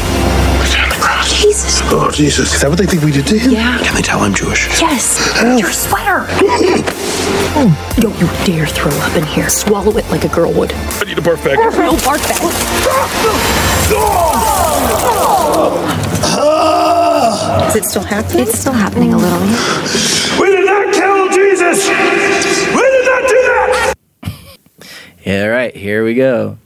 Speaker 16: Who's on the cross? Jesus. Oh, Jesus. Is that what they think we did to him? Yeah. Can they tell I'm Jewish?
Speaker 17: Yes, your sweater. oh, don't you dare throw up in here. Swallow it like a girl would.
Speaker 16: I need a barf bag.
Speaker 17: No bark back.
Speaker 18: Is it still happening? It's still happening a little.
Speaker 16: We did not kill Jesus! We did not do that!
Speaker 2: Yeah, all right, here we go.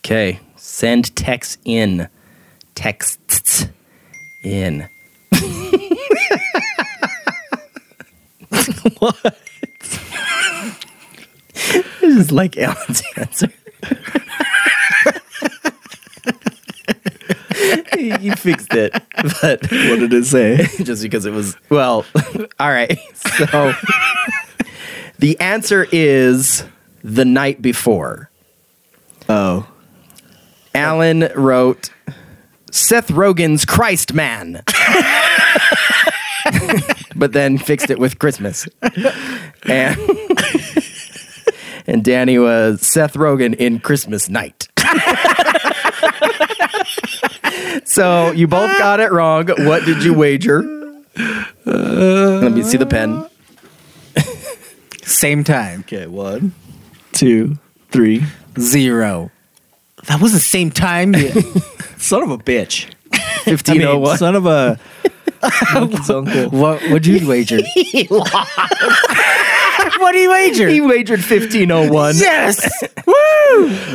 Speaker 2: Okay, send texts in. Texts in. what? this is like Alan's answer. you fixed it, but what
Speaker 3: did it say?
Speaker 2: Just because it was well. all right, so the answer is the night before.
Speaker 3: Oh.
Speaker 2: Alan wrote Seth Rogen's Christ Man. but then fixed it with Christmas. And and Danny was Seth Rogen in Christmas Night. so you both got it wrong. What did you wager? Let me see the pen.
Speaker 4: Same time.
Speaker 3: Okay, one, two, three,
Speaker 4: zero. That was the same time.
Speaker 3: Son of a bitch.
Speaker 2: Fifteen oh one.
Speaker 3: Son of uh, a. uncle.
Speaker 4: What would you wager?
Speaker 2: he lost.
Speaker 4: what do you wager? He
Speaker 2: wagered 1501.
Speaker 4: Yes. Woo!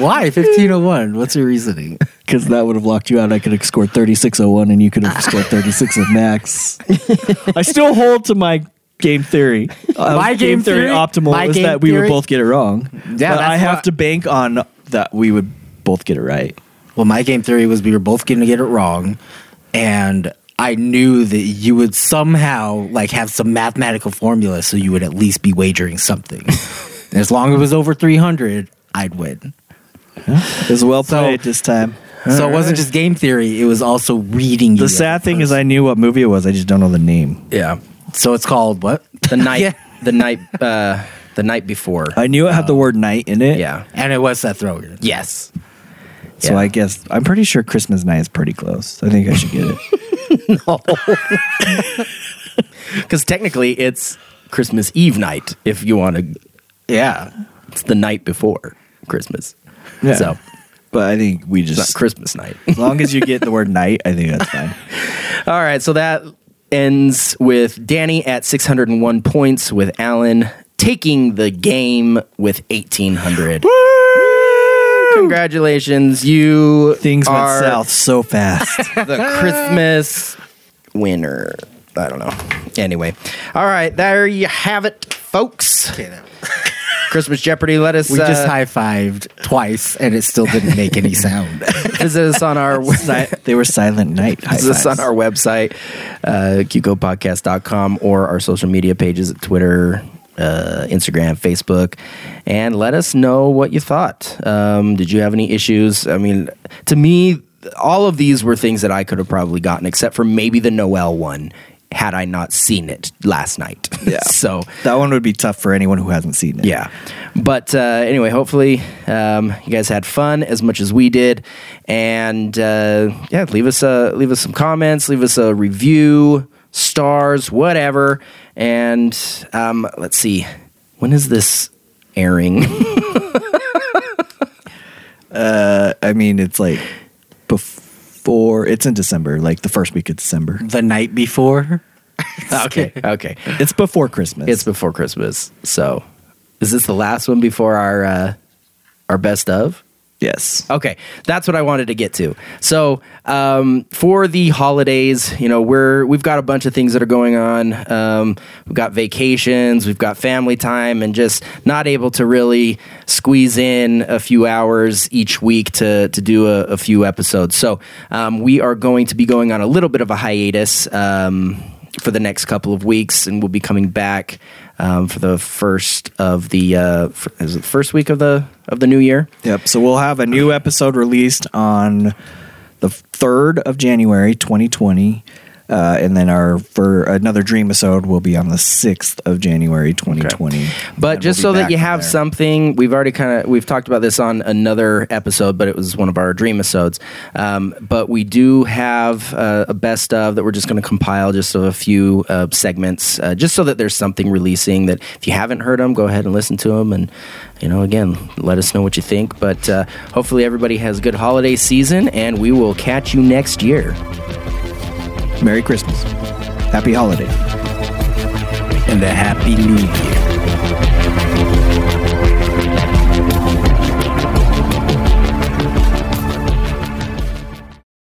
Speaker 4: Why 1501? What's your reasoning?
Speaker 3: Because that would have locked you out. I could have scored 3601 and you could have scored 36 of max. I still hold to my game theory. Uh,
Speaker 4: My game theory?
Speaker 3: optimal
Speaker 4: My
Speaker 3: was
Speaker 4: game
Speaker 3: that we
Speaker 4: theory?
Speaker 3: would both get it wrong.
Speaker 4: Yeah,
Speaker 3: but
Speaker 4: that's
Speaker 3: I have
Speaker 4: what-
Speaker 3: to bank on that we would both get it right.
Speaker 4: Well, my game theory was we were both going to get it wrong, and I knew that you would somehow like have some mathematical formula, so you would at least be wagering something. and as long as it was over three hundred, I'd win.
Speaker 3: It was well played this time.
Speaker 4: so it wasn't just game theory; it was also reading. You
Speaker 3: The sad thing is, I knew what movie it was. I just don't know the name.
Speaker 2: Yeah.
Speaker 4: So it's called what?
Speaker 2: The night the night uh the night before.
Speaker 3: I knew it
Speaker 4: Oh.
Speaker 3: had the word night in it.
Speaker 2: Yeah.
Speaker 4: And it was Seth Rogen.
Speaker 2: Yes.
Speaker 3: So I guess I'm pretty sure Christmas night is pretty close. I think I should get it.
Speaker 2: Because technically, it's Christmas Eve night. If you want to,
Speaker 4: yeah,
Speaker 2: it's the night before Christmas.
Speaker 3: Yeah.
Speaker 2: So,
Speaker 3: but I think we
Speaker 2: just Christmas night.
Speaker 3: As long as you get the word night, I think that's fine.
Speaker 2: All right, so that ends with Danny at 601 points, with Alan taking the game with 1800. Congratulations, you
Speaker 3: Things went
Speaker 2: are
Speaker 3: south so fast.
Speaker 2: the Christmas winner. I don't know. Anyway, all right, there you have it, folks. Christmas Jeopardy. Let us.
Speaker 4: We just
Speaker 2: uh,
Speaker 4: high fived twice, and it still didn't make any sound.
Speaker 2: visit us on our website.
Speaker 3: they were silent night.
Speaker 2: Visit us on our website, uh, qcopodcast.com, or our social media pages at Twitter, uh, Instagram, Facebook, and let us know what you thought. Um, did you have any issues? I mean, to me, all of these were things that I could have probably gotten, except for maybe the Noel one, had I not seen it last night. Yeah. so
Speaker 3: that one would be tough for anyone who hasn't seen it.
Speaker 2: Yeah. But uh, anyway, hopefully um, you guys had fun as much as we did, and uh, yeah, leave us a leave us some comments, leave us a review, stars, whatever, and um, let's see, when is this airing?
Speaker 3: Uh, I mean, it's like before. It's in December, like the first week of December.
Speaker 4: The night before.
Speaker 2: okay, okay.
Speaker 3: It's before Christmas.
Speaker 2: It's before Christmas. So, is this the last one before our uh, our best of?
Speaker 3: Yes.
Speaker 2: Okay, that's what I wanted to get to. So, um, for the holidays, you know, we're we've got a bunch of things that are going on. Um, we've got vacations, we've got family time, and just not able to really squeeze in a few hours each week to to do a, a few episodes. So, um, we are going to be going on a little bit of a hiatus. Um, for the next couple of weeks, and we'll be coming back um, for the first of the uh, fir- is it first week of the of the new year.
Speaker 3: Yep. So we'll have a new episode released on the third of January, 2020, uh, and then our for another dream episode will be on the sixth of January, 2020.
Speaker 2: But just so that you have something, we've already kind of we've talked about this on another episode, but it was one of our dream episodes. Um, but we do have uh, a best of that we're just going to compile just of a few uh, segments, uh, just so that there's something releasing that if you haven't heard them, go ahead and listen to them, and you know again, let us know what you think. But uh, hopefully everybody has a good holiday season, and we will catch you next year.
Speaker 3: Merry Christmas. Happy holiday.
Speaker 4: And a happy new year.